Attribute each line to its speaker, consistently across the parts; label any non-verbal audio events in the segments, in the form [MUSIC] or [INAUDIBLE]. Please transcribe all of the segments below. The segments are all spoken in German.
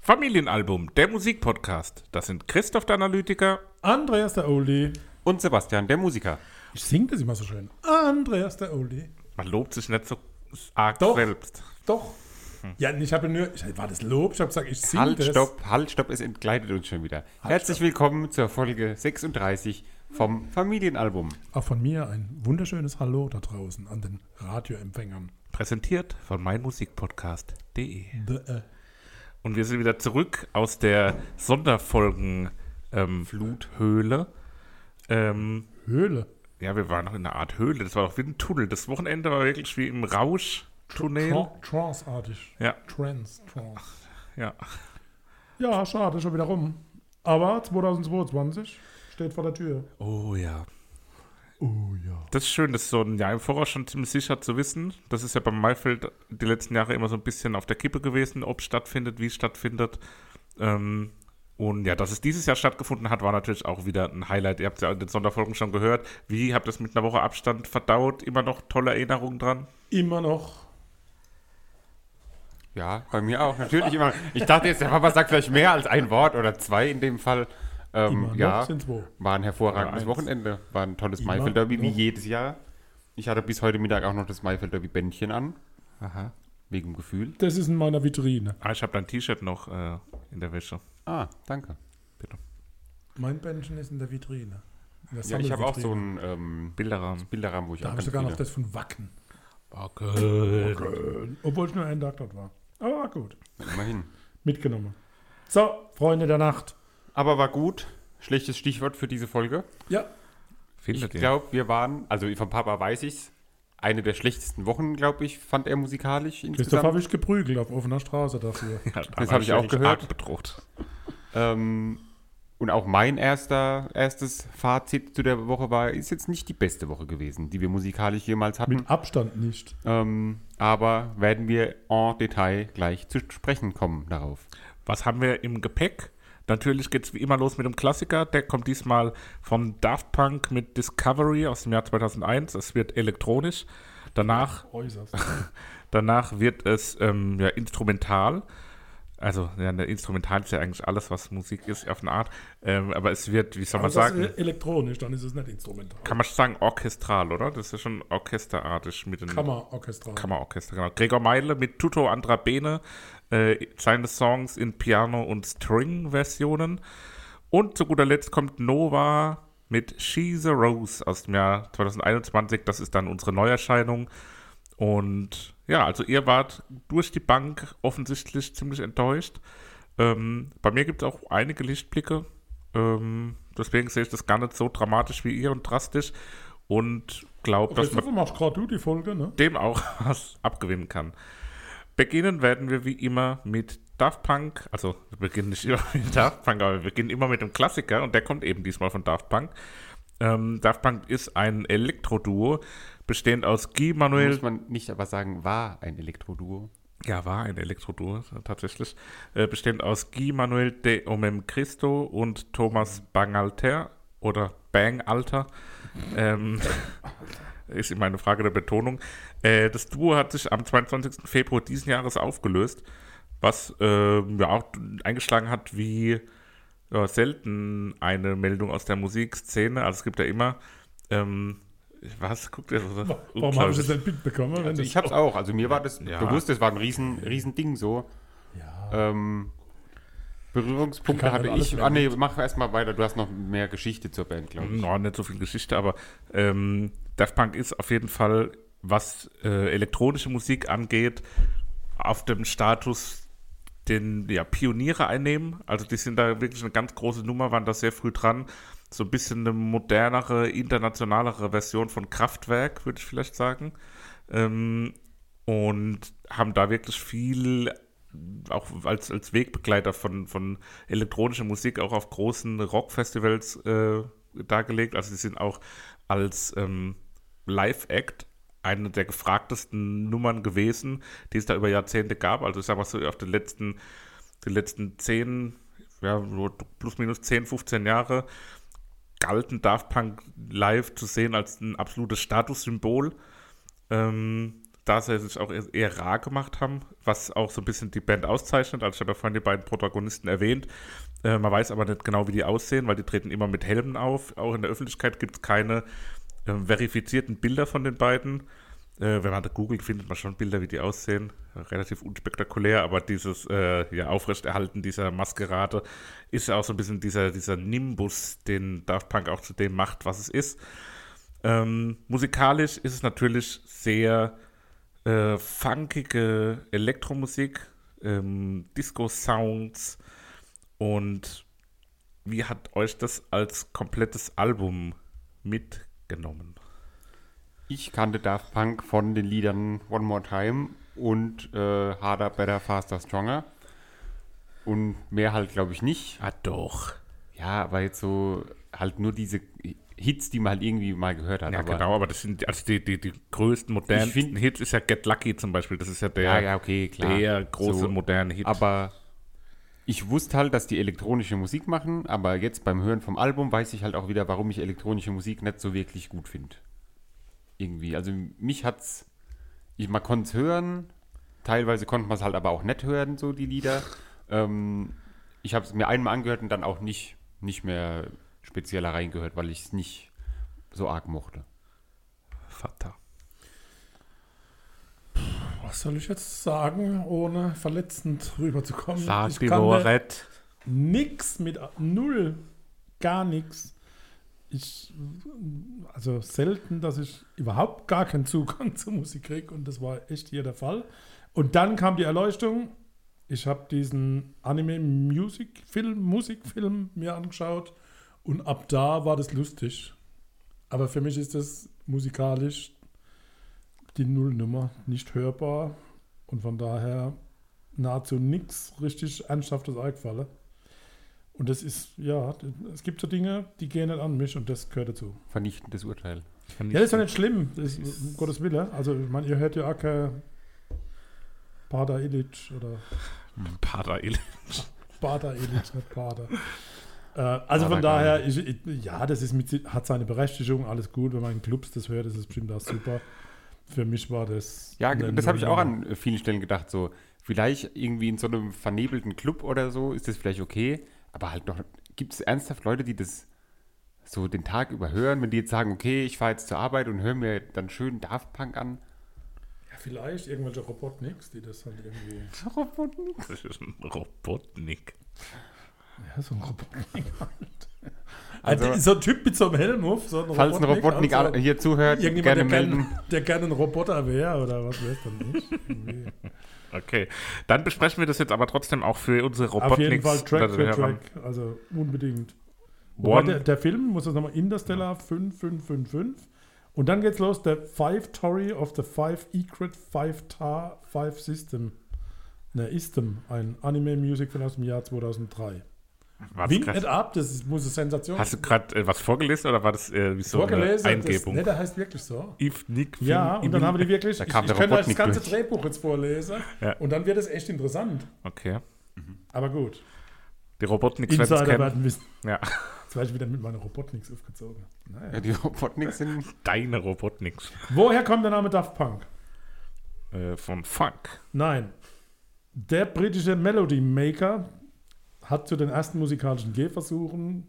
Speaker 1: Familienalbum, der Musikpodcast. Das sind Christoph der Analytiker
Speaker 2: Andreas der Oldie.
Speaker 3: Und Sebastian, der Musiker.
Speaker 2: Ich singe das immer so schön. Andreas der Oldie.
Speaker 1: Man lobt sich nicht so arg
Speaker 2: Doch.
Speaker 1: selbst.
Speaker 2: Doch.
Speaker 3: Hm.
Speaker 2: Ja, ich habe nur, ich, war das Lob? Ich habe gesagt, ich singe
Speaker 3: Halt,
Speaker 2: das. Halt,
Speaker 3: stopp, halt, stopp, es entgleitet uns schon wieder. Herzlich willkommen zur Folge 36 vom Familienalbum.
Speaker 2: Auch von mir ein wunderschönes Hallo da draußen an den Radioempfängern.
Speaker 1: Präsentiert von meinmusikpodcast.de.
Speaker 2: The, äh,
Speaker 1: Und wir sind wieder zurück aus der Sonderfolgen ähm, Fluthöhle. Ähm,
Speaker 2: Höhle.
Speaker 1: ja, wir waren noch in einer Art Höhle. Das war doch wie ein Tunnel. Das Wochenende war wirklich wie im Rauschtunnel.
Speaker 2: Tra- Trance-artig.
Speaker 1: Ja,
Speaker 2: Trance, Trance.
Speaker 1: ja.
Speaker 2: Ja, schade, schon wieder rum. Aber 2022 steht vor der Tür.
Speaker 1: Oh ja.
Speaker 2: Oh ja.
Speaker 1: Das ist schön, das ist so ein Jahr im Voraus schon ziemlich sicher zu wissen. Das ist ja beim Maifeld die letzten Jahre immer so ein bisschen auf der Kippe gewesen, ob es stattfindet, wie es stattfindet. Ähm, und ja, dass es dieses Jahr stattgefunden hat, war natürlich auch wieder ein Highlight. Ihr habt ja in den Sonderfolgen schon gehört. Wie habt ihr es mit einer Woche Abstand verdaut? Immer noch tolle Erinnerungen dran.
Speaker 2: Immer noch.
Speaker 3: Ja, bei mir auch, natürlich immer. Ich dachte jetzt, der Papa sagt vielleicht mehr als ein Wort oder zwei in dem Fall. Ähm,
Speaker 2: Immer
Speaker 3: ja,
Speaker 2: noch sind zwei.
Speaker 3: war ein hervorragendes
Speaker 1: Oder eins.
Speaker 3: Wochenende, war ein tolles
Speaker 2: Immer
Speaker 3: Maifeld Derby, wie
Speaker 2: noch.
Speaker 3: jedes Jahr. Ich hatte bis heute Mittag auch noch das Maifeld Derby Bändchen an,
Speaker 1: Aha.
Speaker 3: wegen dem Gefühl.
Speaker 2: Das ist in meiner Vitrine.
Speaker 1: Ah, ich habe dein T-Shirt noch äh, in der Wäsche.
Speaker 3: Ah, danke.
Speaker 2: Mein Bändchen ist in der Vitrine. In der
Speaker 3: Ja, ich habe auch so
Speaker 2: Sammelvitrine.
Speaker 3: ein ähm,
Speaker 1: Bilderrahmen.
Speaker 3: Bilderrahmen, wo ich
Speaker 2: Da
Speaker 3: auch
Speaker 2: habe ich
Speaker 3: ganz
Speaker 2: sogar noch
Speaker 3: viele-
Speaker 2: das von Wacken.
Speaker 1: Okay.
Speaker 2: Obwohl ich nur einen Tag dort war. Aber gut.
Speaker 3: Immerhin.
Speaker 2: Mitgenommen. So, Freunde der Nacht.
Speaker 3: Aber war gut. Schlechtes Stichwort für diese Folge.
Speaker 2: Ja.
Speaker 1: Findet
Speaker 3: Ich
Speaker 1: ihr?
Speaker 3: glaube, wir waren, also von Papa weiß ich's, eine der schlechtesten Wochen, glaube ich, fand er musikalisch
Speaker 2: Christoph habe
Speaker 3: insgesamt.
Speaker 2: ich geprügelt auf offener Straße [LAUGHS] dafür.
Speaker 1: Ja,
Speaker 3: das hab ich auch gehört.
Speaker 1: Bedroht.
Speaker 3: Ähm, und auch mein erster, erstes Fazit zu der Woche war, ist jetzt nicht die beste Woche gewesen, die wir musikalisch jemals hatten.
Speaker 2: Mit Abstand nicht.
Speaker 3: Ähm, aber werden wir en Detail gleich zu sprechen kommen darauf.
Speaker 1: Was haben wir im Gepäck? Natürlich geht es wie immer los mit dem Klassiker. Der kommt diesmal vom Daft Punk mit Discovery aus dem Jahr 2001. Es wird elektronisch. Danach,
Speaker 2: Äußerst.
Speaker 1: danach wird es ähm, ja, instrumental. Also, ja, ne, instrumental ist ja eigentlich alles, was Musik ist, auf eine Art. Ähm, aber es wird, wie soll man
Speaker 2: Aber das
Speaker 1: sagen,
Speaker 2: ist elektronisch, dann ist es nicht instrumental.
Speaker 1: kann man schon sagen, orchestral, oder? Das ist ja schon orchesterartig mit den
Speaker 2: Kammerorchestral.
Speaker 1: Kammerorchester, genau. Gregor Meile mit Tuto Andra Bene, äh, seine Songs in Piano- und String-Versionen. Und zu guter Letzt kommt Nova mit She's a Rose aus dem Jahr 2021. Das ist dann unsere Neuerscheinung. Und ja, also ihr wart durch die Bank offensichtlich ziemlich enttäuscht. Ähm, bei mir gibt es auch einige Lichtblicke. Ähm, deswegen sehe ich das gar nicht so dramatisch wie ihr und drastisch. Und glaube, dass man
Speaker 2: Christoph, machst gerade du die Folge, ne?
Speaker 1: dem auch [LAUGHS] was abgewinnen kann. Beginnen werden wir wie immer mit Daft Punk, also wir beginnen nicht immer [LAUGHS] mit Daft Punk, aber wir beginnen immer mit dem Klassiker und der kommt eben diesmal von Daft Punk. Ähm, Daft Punk ist ein Elektroduo, bestehend aus Guy Manuel
Speaker 3: Muss man nicht aber sagen, war ein Elektroduo.
Speaker 1: ja, war ein Elektroduo äh, tatsächlich. Äh, bestehend aus Guy Manuel de Omem Cristo und Thomas Bangalter oder Bangalter. Ähm, [LAUGHS] ist immer eine Frage der Betonung. Äh, das Duo hat sich am 22. Februar diesen Jahres aufgelöst, was ähm, ja auch eingeschlagen hat wie ja, selten eine Meldung aus der Musikszene. Also es gibt ja immer. Ähm, was guckt ihr so?
Speaker 2: Warum habe ich das nicht mitbekommen? wenn
Speaker 3: Also
Speaker 2: das-
Speaker 3: ich hab's auch. Also mir war das
Speaker 1: Ja.
Speaker 3: bewusst, das war ein riesen, riesen Ding so. Ähm, Berührungspunkte
Speaker 2: Kann man
Speaker 1: halt
Speaker 3: hatte
Speaker 2: alles
Speaker 3: ich.
Speaker 2: lernen.
Speaker 3: Ah nee, mach erstmal weiter. Du hast noch mehr
Speaker 1: ne?
Speaker 3: Hm.
Speaker 1: Mhm.
Speaker 3: Geschichte zur Band, glaube ich.
Speaker 1: No, nicht so viel Geschichte, aber ähm, Daft Punk ist auf jeden Fall was äh, elektronische Musik angeht, auf dem Status den ja, Pioniere einnehmen. Also die sind da wirklich eine ganz große Nummer, waren da sehr früh dran. So ein bisschen eine modernere, internationalere Version von Kraftwerk, würde ich vielleicht sagen. Ähm, und haben da wirklich viel auch als, als Wegbegleiter von, von elektronischer Musik auch auf großen Rockfestivals äh, dargelegt. Also sie sind auch als ähm, Live-Act eine der gefragtesten Nummern gewesen, die es da über Jahrzehnte gab. Also ich sag mal so, auf den letzten, die letzten 10, ja, so plus minus 10, 15 Jahre galten Daft Punk live zu sehen als ein absolutes Statussymbol. Ähm, da sie sich auch eher, eher rar gemacht haben, was auch so ein bisschen die Band auszeichnet. Also ich habe ja vorhin die beiden Protagonisten erwähnt. Äh, man weiß aber nicht genau, wie die aussehen, weil die treten immer mit Helmen auf. Auch in der Öffentlichkeit gibt es keine äh, verifizierten Bilder von den beiden. Äh, wenn man da googelt, findet man schon Bilder, wie die aussehen. Relativ unspektakulär, aber dieses äh, ja, Aufrechterhalten dieser Maskerade ist ja auch so ein bisschen dieser, dieser Nimbus, den Daft Punk auch zu dem macht, was es ist. Ähm, musikalisch ist es natürlich sehr äh, funkige Elektromusik, ähm, Disco-Sounds und wie hat euch das als komplettes Album mitgenommen?
Speaker 3: Ich kannte Daft Punk von den Liedern One More Time und äh, Harder, Better, Faster, Stronger. Und mehr halt, glaube ich, nicht.
Speaker 1: Ah, doch.
Speaker 3: Ja, aber jetzt so halt nur diese Hits, die man halt irgendwie mal gehört hat.
Speaker 1: Ja,
Speaker 3: aber
Speaker 1: genau, aber das sind also die, die, die größten, modernsten
Speaker 3: find-
Speaker 1: Hits ist ja Get Lucky zum Beispiel. Das ist ja der,
Speaker 3: Ja, ja, okay, klar.
Speaker 1: der große
Speaker 3: So,
Speaker 1: moderne Hit.
Speaker 3: Aber ich wusste halt, dass die elektronische Musik machen, aber jetzt beim Hören vom Album weiß ich halt auch wieder, warum ich elektronische Musik nicht so wirklich gut finde. Irgendwie. Also mich hat's. Ich, man konnte es hören, teilweise konnte man es halt aber auch nicht hören, so die Lieder. Ähm, ich habe es mir einmal angehört und dann auch nicht, nicht mehr spezieller reingehört, weil ich es nicht so arg mochte.
Speaker 1: Vater.
Speaker 2: Oh, Was soll ich jetzt sagen, ohne verletzend rüberzukommen? ich kannte nix mit A- null, gar nichts. Ich also selten, dass ich überhaupt gar keinen Zugang [LAUGHS] zur Musik kriege und das war echt hier der Fall. Und dann kam die Erleuchtung. Ich habe diesen Anime Music Film Musikfilm mir angeschaut und ab da war das lustig. Aber für mich ist das musikalisch die Nullnummer, nicht hörbar und von daher nahezu nichts richtig ernsthaftes eingefallen. Und das ist, ja, es gibt so Dinge, die gehen nicht an mich und das gehört dazu.
Speaker 3: Vernichtendes Urteil.
Speaker 2: Ja, das ist ja nicht schlimm, das ist, um Gottes Willen. Also, ich meine, ihr hört ja auch kein Pater Illich oder
Speaker 1: Pater Ele-
Speaker 2: Pater Illich, nicht Pater. Äh, also,
Speaker 3: Pater
Speaker 2: von daher, ich, ich, ja, das ist mit, hat seine Berechtigung, alles gut. Wenn man in Clubs das hört, ist es bestimmt auch super. Für mich war das.
Speaker 3: Ja,
Speaker 2: eine
Speaker 3: das habe ich auch
Speaker 2: Nullnummer.
Speaker 3: an äh, vielen Stellen gedacht. So, vielleicht irgendwie in so einem vernebelten Club oder so ist das vielleicht okay, aber halt noch, gibt es ernsthaft Leute, die das so den Tag über hören, wenn die jetzt sagen, okay, ich fahre jetzt zur Arbeit und höre mir dann schön Daft Punk an?
Speaker 2: Ja, vielleicht irgendwelche Robotniks, die das halt irgendwie.
Speaker 1: Das ist ein Robotnik.
Speaker 2: Ja, so ein Robotnik halt.
Speaker 3: Also-
Speaker 2: [LAUGHS] Also, so ein Typ mit so einem Helm auf, so ein
Speaker 3: Falls ein Robotnik
Speaker 2: also-
Speaker 3: hier zuhört,
Speaker 2: Irgendjemand,
Speaker 3: gerne
Speaker 2: der,
Speaker 3: melden.
Speaker 2: Gern, [LAUGHS] der gerne ein Roboter wäre oder was wäre es dann nicht? Irgendwie.
Speaker 1: Okay, dann besprechen wir das jetzt aber trotzdem auch für unsere Robotniks.
Speaker 2: Auf jeden Fall Track
Speaker 1: oder
Speaker 2: für
Speaker 1: den Hörern.
Speaker 2: Track, also unbedingt. Wobei der,
Speaker 1: One,
Speaker 2: der Film muss das nochmal Interstellar 5555 und dann geht's los, der Five Tory of the Five Egret Five Tar Five System. Ne, Istem, ein Anime-Musical aus dem Jahr 2003.
Speaker 1: was
Speaker 2: Winkt
Speaker 1: krass.
Speaker 2: nicht ab, das ist, muss eine Sensation
Speaker 1: Hast du gerade äh, was vorgelesen oder war das äh, wie so eine Eingebung?
Speaker 2: Ne, der heißt wirklich so.
Speaker 1: Eve Nick
Speaker 2: Ja, und dann haben wir die wirklich.
Speaker 3: Da kam
Speaker 2: ich
Speaker 3: der
Speaker 2: ich könnte euch das
Speaker 3: Robotnik
Speaker 2: ganze
Speaker 3: durch.
Speaker 2: Drehbuch jetzt vorlesen
Speaker 1: Ja.
Speaker 2: und dann wird es echt interessant.
Speaker 1: Okay.
Speaker 2: Aber gut.
Speaker 1: Die Robotniks werden es
Speaker 2: Insider
Speaker 1: kennen.
Speaker 2: werden wissen.
Speaker 1: Ja. [LAUGHS]
Speaker 2: Jetzt war ich wieder mit meiner Robotniks aufgezogen. Naja.
Speaker 3: Ja, die Robotniks sind.
Speaker 1: Deine Robotniks.
Speaker 2: Woher kommt der Name Daft Punk?
Speaker 1: Äh, von Funk.
Speaker 2: Nein. Der britische Melody Maker hat zu den ersten musikalischen Gehversuchen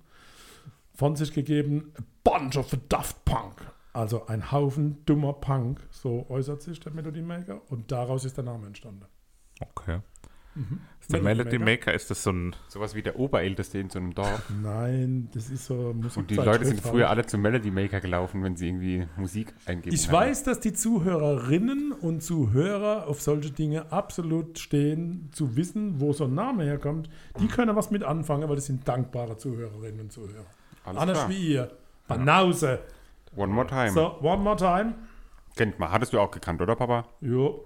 Speaker 2: von sich gegeben, a bunch of Daft Punk. Also ein Haufen dummer Punk, so äußert sich der Melody Maker und daraus ist der Name entstanden.
Speaker 1: Okay.
Speaker 2: Mhm.
Speaker 1: Ist der Melody Maker, ist das so ein.
Speaker 3: Sowas wie der Oberälteste in so einem Dorf.
Speaker 2: Nein, das ist so Musik.
Speaker 3: Und die Leute sind früher alle zum Melody Maker gelaufen, wenn sie irgendwie Musik eingeben.
Speaker 2: Ich weiß, dass die Zuhörerinnen und Zuhörer auf solche Dinge absolut stehen, zu wissen, wo so ein Name herkommt. Die können was mit anfangen, weil das sind dankbare Zuhörerinnen und Zuhörer.
Speaker 3: Alles
Speaker 2: Anders
Speaker 3: klar.
Speaker 2: wie ihr. Banause.
Speaker 3: One more time.
Speaker 2: So, one more time.
Speaker 3: Kennt man. Hattest du auch gekannt, oder Papa?
Speaker 2: Jo.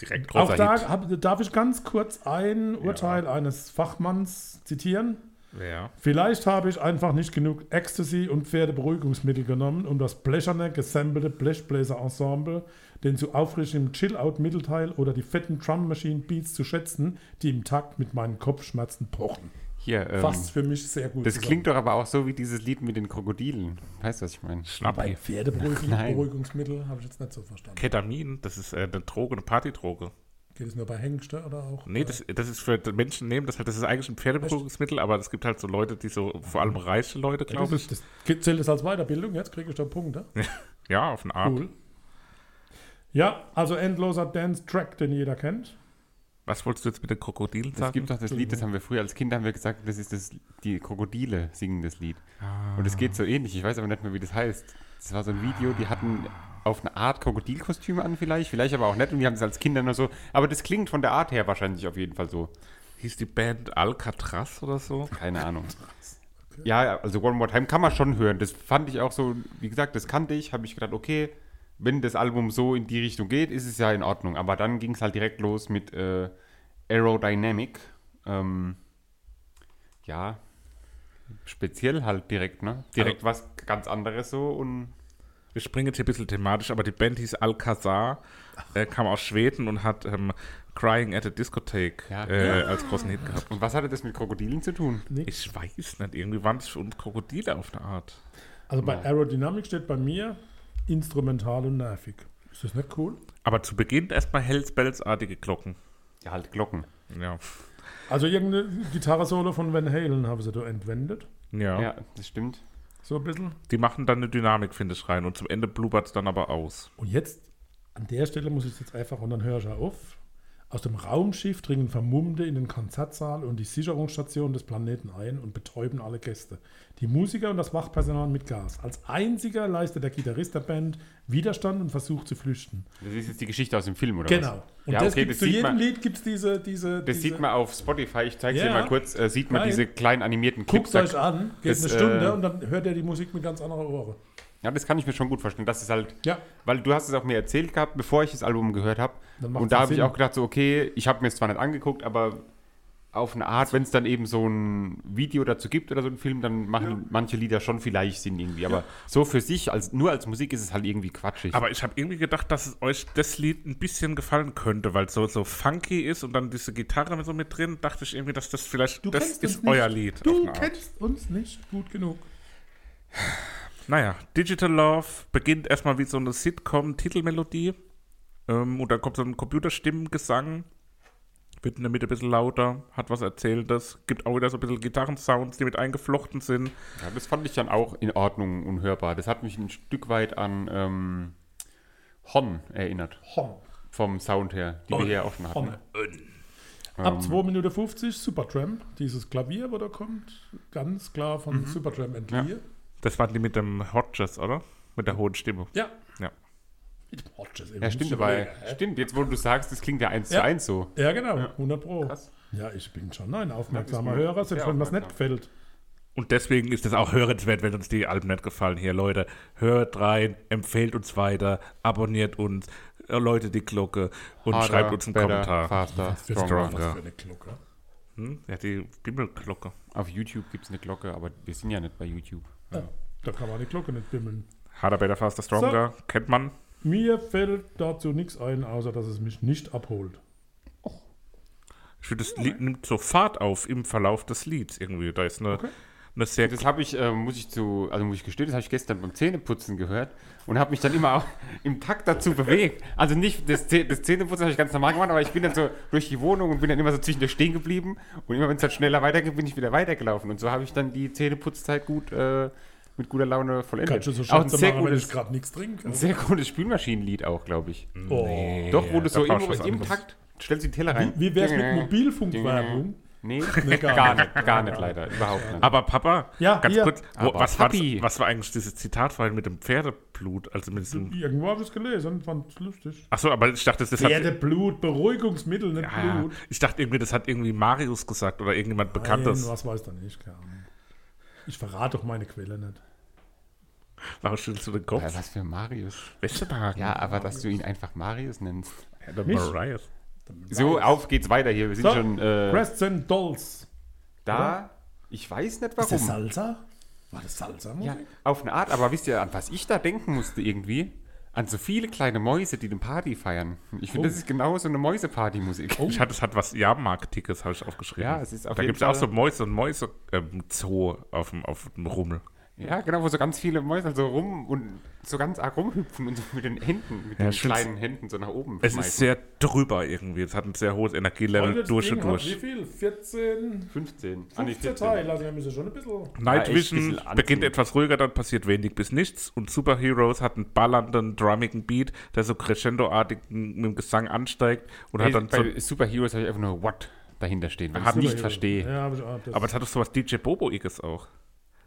Speaker 1: Direkt
Speaker 2: Auch da hab, darf ich ganz kurz ein Urteil eines Fachmanns zitieren.
Speaker 1: Ja.
Speaker 2: Vielleicht habe ich einfach nicht genug Ecstasy und Pferdeberuhigungsmittel genommen, um das blecherne, gesampelte Blechbläser-Ensemble, den zu aufrichtigem Chill-Out-Mittelteil oder die fetten Drum-Machine-Beats zu schätzen, die im Takt mit meinen Kopfschmerzen pochen.
Speaker 3: Hier, ähm,
Speaker 2: Fasst für mich sehr gut.
Speaker 3: Das klingt doch aber auch so wie dieses Lied mit den Krokodilen. Weißt du, was ich meine?
Speaker 1: Schnappi.
Speaker 2: bei
Speaker 3: Nein.
Speaker 2: Pferdeberuhigungsmittel, habe ich jetzt nicht so verstanden.
Speaker 1: Ketamin, das ist äh, eine Droge, eine Partydroge.
Speaker 2: Geht es nur bei Hengste oder auch? äh,
Speaker 1: Nee, das, das ist für Menschen nehmen, das, halt, das ist eigentlich ein Pferdeberuhigungsmittel, aber es gibt halt so Leute, die so, vor allem reiche Leute,
Speaker 2: das,
Speaker 1: glaube ich.
Speaker 2: ist, das zählt das als Weiterbildung, jetzt kriege ich da Punkte.
Speaker 1: [LAUGHS] Ja, auf eine Art.
Speaker 2: Cool. Ja, also endloser Dance-Track, den jeder kennt.
Speaker 1: Was wolltest du jetzt mit den Krokodilen
Speaker 3: Es
Speaker 1: sagen?
Speaker 3: gibt doch das Lied, das haben wir früher als Kinder haben wir gesagt, das ist das, die Krokodile singen das Lied. Und es geht so ähnlich, ich weiß aber nicht mehr, wie das heißt. Das war so ein Video, die hatten auf eine Art Krokodilkostüme an vielleicht, vielleicht aber auch nicht und die haben es als Kinder nur so. Aber das klingt von der Art her wahrscheinlich auf jeden Fall so.
Speaker 1: Hieß die Band Alcatraz oder so?
Speaker 3: Keine Ahnung. Ja, also One More Time kann man schon hören. Das fand ich auch so, wie gesagt, das kannte ich, habe ich gedacht, okay, wenn das Album so in die Richtung geht, ist es ja in Ordnung. Aber dann ging es halt direkt los mit äh, Aerodynamic. Ähm, ja, speziell halt direkt, ne?
Speaker 2: Also
Speaker 3: Direkt was ganz anderes so und
Speaker 1: Wir springen jetzt hier ein bisschen thematisch, aber die Band hieß Alcazar, äh, kam aus Schweden und hat ähm, Crying at a Discotheque
Speaker 3: Ja.
Speaker 1: äh, als großen Hit gehabt.
Speaker 3: und was hatte das mit Krokodilen zu tun?
Speaker 1: Ich weiß nicht, irgendwie waren es für uns Krokodile auf eine Art.
Speaker 2: Also bei Aerodynamik steht bei mir instrumental und nervig. Ist das nicht cool?
Speaker 1: Aber zu Beginn erstmal Hellsbells-artige Glocken.
Speaker 3: Ja, halt Glocken.
Speaker 1: Ja.
Speaker 2: Also irgendeine Gitarre-Solo von Van Halen haben sie da entwendet.
Speaker 1: ja.
Speaker 3: Ja, das stimmt.
Speaker 2: So ein bisschen.
Speaker 1: Die machen dann eine Dynamik, finde ich, rein. Und zum Ende blubbert es dann aber aus.
Speaker 2: Und jetzt, an der Stelle muss ich jetzt einfach, und dann höre ich ja auf. Aus dem Raumschiff dringen Vermummte in den Konzertsaal und die Sicherungsstation des Planeten ein und betäuben alle Gäste. Die Musiker und das Wachpersonal mit Gas. Als einziger leistet der Gitarrist der Band Widerstand und versucht zu flüchten.
Speaker 3: Das ist jetzt die Geschichte aus dem Film, oder was?
Speaker 2: Genau. Und
Speaker 3: Ja,
Speaker 2: das
Speaker 3: okay,
Speaker 2: gibt's
Speaker 3: das
Speaker 2: zu
Speaker 3: sieht
Speaker 2: jedem
Speaker 3: man.
Speaker 2: Lied gibt es diese, diese.
Speaker 3: Das
Speaker 2: diese,
Speaker 3: sieht man auf Spotify, ich zeige es
Speaker 2: Ja.
Speaker 3: dir mal kurz, äh, sieht man
Speaker 2: Geil.
Speaker 3: diese kleinen animierten
Speaker 2: Guckt
Speaker 3: da-
Speaker 2: euch an, geht
Speaker 3: das,
Speaker 2: eine Stunde
Speaker 3: äh,
Speaker 2: und dann hört ihr die Musik mit ganz anderen Ohren.
Speaker 3: Ja, das kann ich mir schon gut verstehen. Das ist halt,
Speaker 2: Ja.
Speaker 3: weil du hast es auch mir erzählt gehabt, bevor ich das Album gehört habe.
Speaker 2: Dann macht's
Speaker 3: Und da habe ich
Speaker 2: Sinn.
Speaker 3: auch gedacht, so, okay, ich habe mir es zwar nicht angeguckt, aber auf eine Art, wenn es dann eben so ein Video dazu gibt oder so einen Film, dann machen manche Lieder schon vielleicht Sinn irgendwie. Aber so für sich, als, nur als Musik ist es halt irgendwie quatschig.
Speaker 1: Aber ich habe irgendwie gedacht, dass es euch das Lied ein bisschen gefallen könnte, weil es so, so funky ist und dann diese Gitarre so mit drin. Dachte ich irgendwie, dass das vielleicht. das ist euer Lied. auf
Speaker 2: Du
Speaker 1: eine Art.
Speaker 2: kennst uns nicht gut genug.
Speaker 1: Naja, Digital Love beginnt erstmal wie so eine Sitcom-Titelmelodie. Ähm, und dann kommt so ein Computerstimmengesang. Wird in der Mitte ein bisschen lauter, hat was Erzähltes. Gibt auch wieder so ein bisschen Gitarrensounds, die mit eingeflochten sind.
Speaker 3: ja, das fand ich dann auch in Ordnung unhörbar. Das hat mich ein Stück weit an ähm, Hon erinnert,
Speaker 2: Horn.
Speaker 3: vom Sound her, die wir hier auch schon hatten.
Speaker 2: Horn.
Speaker 3: Ähm.
Speaker 2: Ab 2 Minuten 50 Supertramp. Dieses Klavier, wo da kommt, ganz klar von
Speaker 3: Mhm.
Speaker 2: Supertramp entliehen.
Speaker 1: Das waren die mit dem Hodges, oder? Mit der hohen Stimme.
Speaker 2: Ja.
Speaker 1: Ja.
Speaker 2: Mit Hodges
Speaker 3: Ja, stimmt, weil, stimmt, jetzt wo du sagst, das klingt ja eins
Speaker 2: Ja.
Speaker 3: zu eins so.
Speaker 2: Ja, genau. 100 Pro.
Speaker 3: Krass.
Speaker 2: Ja, ich bin schon ein aufmerksamer
Speaker 3: Ja, das ist mal
Speaker 2: Hörer, selbst
Speaker 3: sehr
Speaker 2: wenn was nicht
Speaker 3: aufmerksam.
Speaker 2: gefällt.
Speaker 1: Und deswegen ist es auch hörenswert, wenn uns die Alben nicht gefallen. Hier, Leute, hört rein, empfehlt uns weiter, abonniert uns, erläutert die Glocke und
Speaker 3: Harder,
Speaker 1: schreibt uns einen
Speaker 3: better,
Speaker 1: Kommentar.
Speaker 3: Faster,
Speaker 2: Für
Speaker 3: stronger.
Speaker 2: was für eine Glocke.
Speaker 1: Hm? Ja, die Bimmelglocke.
Speaker 3: Auf YouTube gibt es eine Glocke, aber wir sind ja nicht bei YouTube.
Speaker 2: Ja, da kann man die Glocke nicht bimmeln.
Speaker 1: Harder, better, faster, stronger. Kennt man.
Speaker 2: Mir fällt dazu nichts ein, außer dass es mich nicht abholt.
Speaker 1: Ich finde, das Lied nimmt so Fahrt auf im Verlauf des Lieds irgendwie. Da ist eine, eine sehr.
Speaker 3: Das habe ich, äh, muss ich zu, also muss ich gestehen, das habe ich gestern beim Zähneputzen gehört und habe mich dann immer auch [LAUGHS] im Takt dazu bewegt. Also nicht, das, Zäh das Zähneputzen habe ich ganz normal gemacht, aber ich bin dann so durch die Wohnung und bin dann immer so zwischendurch stehen geblieben und immer wenn es dann schneller weitergeht, bin ich wieder weitergelaufen. Und so habe ich dann die Zähneputzzeit gut, äh, mit guter Laune vollendet.
Speaker 2: Kannst du so
Speaker 3: auch ein
Speaker 2: Scherze
Speaker 3: sehr
Speaker 2: machen, wenn
Speaker 3: gutes,
Speaker 2: ich gerade nichts trinke?
Speaker 3: ein sehr gutes Spülmaschinenlied auch, glaube ich.
Speaker 2: Oh.
Speaker 3: Doch, wo du
Speaker 1: da
Speaker 3: so
Speaker 1: brauchst du was
Speaker 3: im, im
Speaker 1: anderes.
Speaker 3: Takt Stellst du den Teller rein?
Speaker 2: Wie, wie wär's mit Mobilfunkwerbung?
Speaker 3: Nee, [LAUGHS]
Speaker 2: Nee,
Speaker 3: gar nicht, gar nicht leider, überhaupt nicht.
Speaker 1: Aber Papa,
Speaker 2: Ja,
Speaker 1: ganz
Speaker 2: hier.
Speaker 1: kurz, wo,
Speaker 3: Aber
Speaker 1: was, war das,
Speaker 3: Papi.
Speaker 1: was war eigentlich dieses Zitat vorhin mit dem Pferdeblut? Also mit diesem,
Speaker 2: Irgendwo habe ich es gelesen, fand es lustig.
Speaker 1: achso, aber ich dachte, das hat,
Speaker 2: Pferdeblut, Beruhigungsmittel, nicht
Speaker 1: ah,
Speaker 2: Blut.
Speaker 1: ich dachte irgendwie, das hat irgendwie Marius gesagt oder irgendjemand Bekanntes.
Speaker 2: Nein, was weiß da nicht, keine Ahnung. Ich verrate doch meine Quelle nicht.
Speaker 1: Warum schüttelst du den Kopf?
Speaker 3: Ja, was für Marius.
Speaker 1: Welche Marius?
Speaker 3: Ja, aber dass du ihn einfach Marius nennst.
Speaker 1: der
Speaker 2: mich?
Speaker 1: Marius.
Speaker 3: So, auf geht's weiter hier. Wir sind
Speaker 2: So,
Speaker 3: schon äh,
Speaker 2: Crests and Dolls.
Speaker 3: da. Ich weiß nicht
Speaker 2: Ist das
Speaker 3: warum.
Speaker 2: Salsa? War das Salsa?
Speaker 3: Ja, auf eine Art, aber wisst ihr, an was ich da denken musste irgendwie? An so viele kleine Mäuse, die eine Party feiern. Ich
Speaker 2: Oh.
Speaker 3: finde, das ist genau so eine Mäuseparty-Musik.
Speaker 1: Ich hatte, es hat was Jahrmarktiges, habe ich aufgeschrieben.
Speaker 3: Ja, es ist auf
Speaker 1: da
Speaker 3: jeden
Speaker 1: gibt es auch
Speaker 3: Fall-
Speaker 1: so Mäuse und Mäuse ähm, Zoo auf dem, auf dem Rummel.
Speaker 3: [LAUGHS] Ja, genau, wo so ganz viele Mäuse so rum und so ganz arg rumhüpfen und so mit den Händen, mit
Speaker 1: Ja,
Speaker 3: den
Speaker 1: ich find's-
Speaker 3: kleinen Händen so nach oben
Speaker 1: Es ist sehr drüber irgendwie. Es hat ein sehr hohes Energielevel durch und
Speaker 2: Wie
Speaker 1: durch.
Speaker 2: viel? 14?
Speaker 3: 15. Ah, nee,
Speaker 2: 15 Teile, also wir müssen schon ein bisschen...
Speaker 1: Night
Speaker 3: Ja, echt ein
Speaker 1: Vision
Speaker 3: bisschen anziehen.
Speaker 1: beginnt etwas ruhiger, dann passiert wenig bis nichts. Und Superheroes hat einen ballernden, drummigen Beat, der so crescendo-artig mit dem Gesang ansteigt. Und
Speaker 3: Hey,
Speaker 1: hat dann so,
Speaker 3: bei Superheroes habe ich einfach nur What dahinter stehen, weil ich es nicht verstehe.
Speaker 2: Ja, hab ich auch. Das-
Speaker 1: aber es hat doch sowas DJ Bobo-iges auch.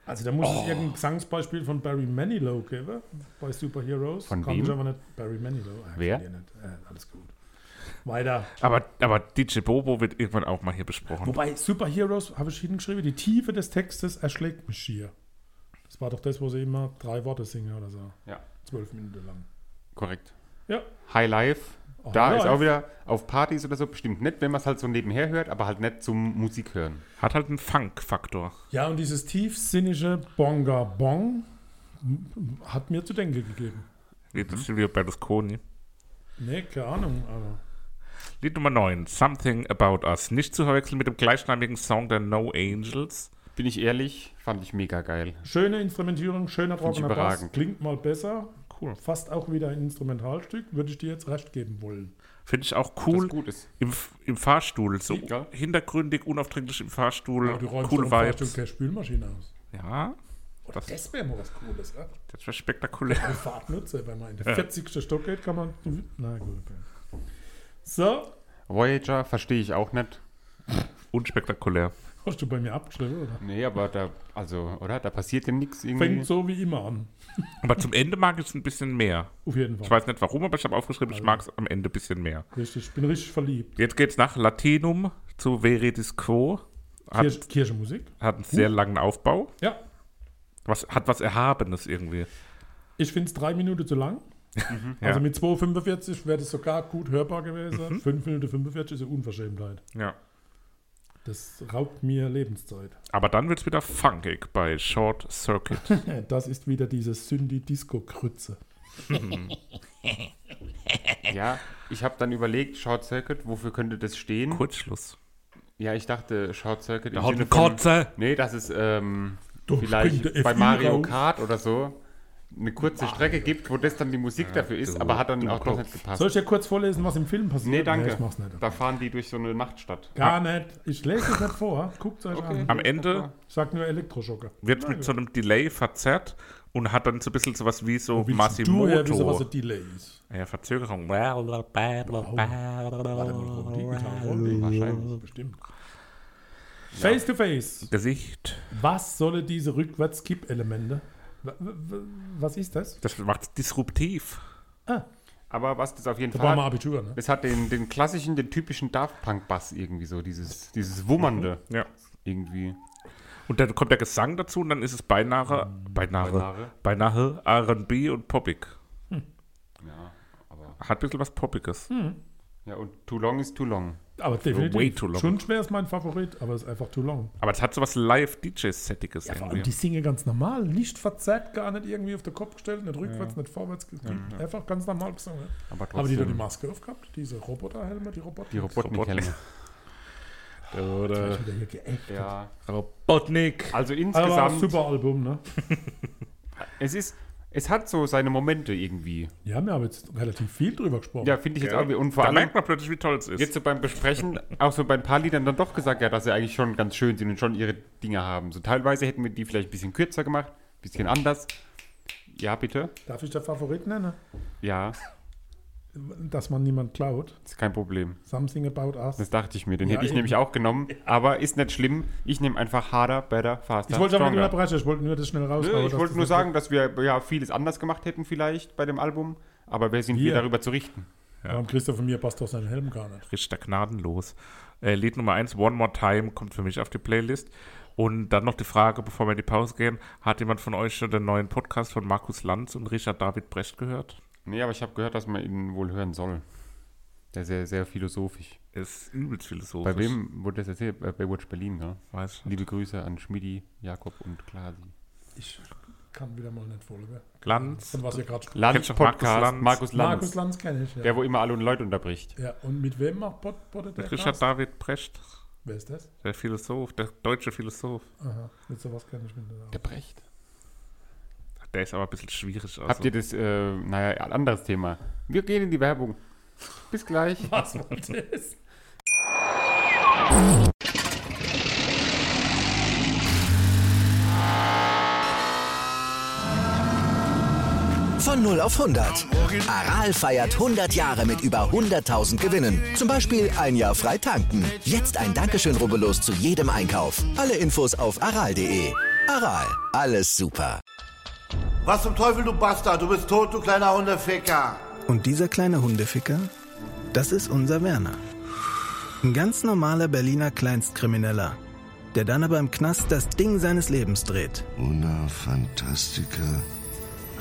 Speaker 2: Also da muss
Speaker 3: Oh.
Speaker 2: es irgendein Gesangsbeispiel von Barry Manilow geben, bei Superheroes.
Speaker 3: Von
Speaker 2: Kann
Speaker 3: wem?
Speaker 2: ich aber nicht. Barry Manilow. Ah, ich
Speaker 3: Wer?
Speaker 2: kenn den Nicht. Äh, alles gut. Weiter.
Speaker 1: Aber, aber DJ Bobo wird irgendwann auch mal hier besprochen.
Speaker 2: Wobei Superheroes, habe ich hingeschrieben, die Tiefe des Textes erschlägt mich schier. Das war doch das, wo sie immer drei Worte singen oder so.
Speaker 3: Ja,
Speaker 2: Zwölf Minuten lang.
Speaker 3: korrekt.
Speaker 2: Ja.
Speaker 3: High Life.
Speaker 2: Oh,
Speaker 3: da
Speaker 2: High
Speaker 3: ist
Speaker 2: Life.
Speaker 3: auch wieder auf Partys oder so bestimmt nett, wenn man es halt so nebenher hört, aber halt nicht zum Musik hören.
Speaker 1: Hat halt einen Funk-Faktor.
Speaker 2: Ja, und dieses tiefsinnige Bonga Bong hat mir zu denken gegeben.
Speaker 1: Jetzt sind wir bei Berlusconi.
Speaker 2: Nee, keine Ahnung, aber.
Speaker 1: Lied Nummer 9, Something About Us. Nicht zu verwechseln mit dem gleichnamigen Song der No Angels.
Speaker 3: Bin ich ehrlich, fand ich mega geil.
Speaker 2: Schöne Instrumentierung, schöner
Speaker 3: Finde ich
Speaker 2: trockener Bass.
Speaker 3: überragend.
Speaker 2: Klingt mal besser.
Speaker 1: Cool.
Speaker 2: Fast auch wieder ein Instrumentalstück, würde ich dir jetzt recht geben wollen.
Speaker 1: Finde ich auch
Speaker 3: Was
Speaker 1: cool.
Speaker 3: gut ist.
Speaker 1: Im, F- Im Fahrstuhl, so
Speaker 3: Ja.
Speaker 1: hintergründig, unaufdringlich im Fahrstuhl.
Speaker 2: Aber du räumst
Speaker 1: cool
Speaker 2: doch im Fahrstuhl
Speaker 1: Vibes.
Speaker 2: keine Spülmaschine aus.
Speaker 1: Ja,
Speaker 2: Oder das wäre mal was Cooles, ja?
Speaker 1: das wäre spektakulär. [LAUGHS]
Speaker 2: Fahrtnutzer, wenn man in den 40. Stock geht, kann man.
Speaker 1: Mhm.
Speaker 2: Na gut. ja. So,
Speaker 3: Voyager verstehe ich auch nicht.
Speaker 1: Unspektakulär.
Speaker 2: hast du bei mir abgeschrieben,
Speaker 1: Mhm.
Speaker 2: oder?
Speaker 3: Nee, aber da, also, oder? Da passiert ja nichts irgendwie.
Speaker 2: Fängt so wie immer an.
Speaker 1: Aber zum Ende mag ich es ein bisschen mehr.
Speaker 2: Auf jeden
Speaker 1: Ich
Speaker 2: Fall.
Speaker 1: weiß nicht warum, aber ich habe aufgeschrieben, ich mag es am Ende ein bisschen mehr.
Speaker 2: Richtig, ich bin richtig verliebt.
Speaker 1: Jetzt geht's nach Latinum zu Veridis Quo.
Speaker 2: Kirche,
Speaker 1: Hat,
Speaker 2: Kirchenmusik?
Speaker 1: hat einen sehr langen Aufbau.
Speaker 2: Ja.
Speaker 1: Was, hat was Erhabenes irgendwie.
Speaker 2: Ich finde es drei Minuten zu lang.
Speaker 1: Mhm, Ja. Mhm.
Speaker 2: Also mit 2,45 wäre das sogar gut hörbar gewesen. 5 Minuten 45 ist eine Unverschämtheit.
Speaker 1: ja.
Speaker 2: Das raubt mir Lebenszeit.
Speaker 1: Aber dann wird es wieder funkig bei Short Circuit.
Speaker 2: [LAUGHS] Das ist wieder diese Synthi-Disco-Krütze.
Speaker 3: Ja, ich habe dann überlegt, Short Circuit, wofür könnte das stehen?
Speaker 1: Kurzschluss.
Speaker 3: Ja, ich dachte, Short Circuit im
Speaker 1: haut eine
Speaker 3: von-
Speaker 1: Kotze.
Speaker 3: Nee, das ist ähm,
Speaker 2: Da springt
Speaker 3: vielleicht
Speaker 2: der
Speaker 3: bei
Speaker 2: F4
Speaker 3: Mario
Speaker 2: raus.
Speaker 3: Kart oder so eine kurze
Speaker 1: Ah,
Speaker 3: Strecke gibt, wo das dann die Musik dafür ist, aber hat dann auch doch nicht gepasst.
Speaker 2: Soll ich dir kurz vorlesen, was im Film passiert?
Speaker 3: Nee, danke.
Speaker 2: ich mach's nicht.
Speaker 3: Da fahren die durch so eine Nachtstadt.
Speaker 2: Gar nicht. Ich lese es nicht vor. Guckt euch
Speaker 3: Okay.
Speaker 2: an.
Speaker 1: Am Ende
Speaker 2: Ich sag nur Elektroschocker.
Speaker 1: wird mit so einem Delay verzerrt und hat dann so ein bisschen sowas wie so
Speaker 2: Willst Oh, du her wissen, was
Speaker 1: Masimoto.
Speaker 2: ein Delay ist?
Speaker 1: Ja, Verzögerung. Oh,
Speaker 2: Warte mal, wo die Gitarre rollt.
Speaker 3: Wahrscheinlich.
Speaker 2: Bestimmt. Face to face.
Speaker 1: Gesicht. Was?
Speaker 2: Was sollen diese Rückwärts-Skip-Elemente? W- w- w- Was ist das?
Speaker 1: Das macht es disruptiv.
Speaker 3: Aber was das auf jeden
Speaker 2: Da war
Speaker 3: Fall
Speaker 2: mal
Speaker 3: hat,
Speaker 2: Abitur, ne?
Speaker 3: es hat den, den klassischen, den typischen Daft Punk Bass irgendwie so, dieses, dieses Wummernde
Speaker 1: Ja.
Speaker 3: irgendwie.
Speaker 1: Und dann kommt der Gesang dazu und dann ist es beinahe, beinahe, beinahe R&B und poppig.
Speaker 3: Ja, aber
Speaker 1: Hat ein bisschen was Poppiges.
Speaker 3: ja und Too Long ist Too Long.
Speaker 2: Aber definitiv.
Speaker 1: way too long.
Speaker 2: Schon schwer ist mein Favorit, aber es ist einfach too long.
Speaker 1: Aber es hat sowas Live-DJ-Settiges
Speaker 2: Und die
Speaker 1: irgendwie.
Speaker 2: singen ganz normal, nicht verzerrt, gar nicht irgendwie auf den Kopf gestellt, nicht rückwärts, nicht vorwärts. Einfach ganz normal gesungen.
Speaker 3: Aber trotzdem.
Speaker 2: Haben die da die Maske aufgehabt? Diese Roboterhelme, die Roboter?
Speaker 3: die Robotnik.
Speaker 1: Oder
Speaker 2: Wieder hier
Speaker 1: [LAUGHS]
Speaker 2: geächtet.
Speaker 3: Ja.
Speaker 1: Robotnik.
Speaker 3: Also
Speaker 2: Aber
Speaker 3: insgesamt
Speaker 2: ein super Album, ne?
Speaker 3: Es ist, es hat so seine Momente irgendwie.
Speaker 2: Wir haben ja aber jetzt relativ viel drüber gesprochen.
Speaker 3: Ja, finde ich jetzt
Speaker 1: Ja.
Speaker 3: auch. irgendwie- Und vor
Speaker 1: Da
Speaker 3: allem
Speaker 1: merkt man plötzlich, wie toll es ist.
Speaker 3: jetzt so beim Besprechen, auch so bei ein paar Liedern dann doch gesagt, ja, dass sie eigentlich schon ganz schön sind und schon ihre Dinge haben. So teilweise hätten wir die vielleicht ein bisschen kürzer gemacht, ein bisschen anders. Ja, bitte.
Speaker 2: Darf ich der Favorit nennen?
Speaker 3: Ja.
Speaker 2: dass man niemand klaut.
Speaker 3: Ist kein Problem.
Speaker 2: Something About Us.
Speaker 3: Das dachte ich mir. Den
Speaker 2: Ja,
Speaker 3: hätte ich
Speaker 2: eben.
Speaker 3: nämlich auch genommen. Aber ist nicht schlimm. Ich nehme einfach harder, better, faster.
Speaker 2: ich wollte aber nicht
Speaker 3: stronger.
Speaker 2: unterbrechen, ich wollte nur das schnell raus.
Speaker 3: Nö, ich wollte nur sagen, dass wir ja vieles anders gemacht hätten vielleicht bei dem Album. Aber wer sind wir
Speaker 2: Wir.
Speaker 3: darüber zu richten?
Speaker 2: Warum Christoph von mir passt doch seinen Helm gar nicht?
Speaker 1: Richter gnadenlos. Äh, Lied Nummer 1, One More Time, kommt für mich auf die Playlist. Und dann noch die Frage, bevor wir in die Pause gehen: Hat jemand von euch schon den neuen Podcast von Markus Lanz und Richard David Brecht gehört?
Speaker 3: Nee, aber ich habe gehört, dass man ihn wohl hören soll. Der ist sehr, sehr philosophisch.
Speaker 1: Ist übelst philosophisch.
Speaker 3: Bei wem wurde das erzählt? Bei Baywatch Berlin, ne?
Speaker 1: Weiß ich.
Speaker 3: Liebe Grüße an Schmidi, Jakob und Klasi.
Speaker 2: Ich kann wieder mal nicht folgen.
Speaker 1: Lanz.
Speaker 2: Von was ihr gerade spricht.
Speaker 1: Kennst du noch Markus
Speaker 3: Lanz-Podcast,
Speaker 1: Lanz?
Speaker 3: Markus Lanz.
Speaker 2: Markus Lanz kenne ich, ja.
Speaker 3: Der, wo immer alle Leute unterbricht.
Speaker 2: ja. Und mit wem macht Pod, Pod der
Speaker 1: Richard
Speaker 2: Cast?
Speaker 1: David Brecht,
Speaker 2: Wer ist das?
Speaker 1: der Philosoph, der deutsche Philosoph.
Speaker 2: Aha, mit sowas kenne ich mich nicht aus.
Speaker 3: Der Brecht.
Speaker 1: Der ist aber ein bisschen schwierig. Also.
Speaker 3: Habt ihr das, äh, naja, ein anderes Thema. Wir gehen in die Werbung. Bis gleich.
Speaker 2: Was
Speaker 1: also.
Speaker 2: wollte es?
Speaker 4: Von 0 auf 100. Aral feiert 100 Jahre mit über 100.000 Gewinnen. Zum Beispiel ein Jahr frei tanken. Jetzt ein Dankeschön, rubbellos zu jedem Einkauf. Alle Infos auf aral.de. Aral, alles super.
Speaker 5: Was zum Teufel, du Bastard? Du bist tot, du kleiner Hundeficker.
Speaker 6: Und dieser kleine Hundeficker, das ist unser Werner. Ein ganz normaler Berliner Kleinstkrimineller, der dann aber im Knast das Ding seines Lebens dreht.
Speaker 7: Una Fantastica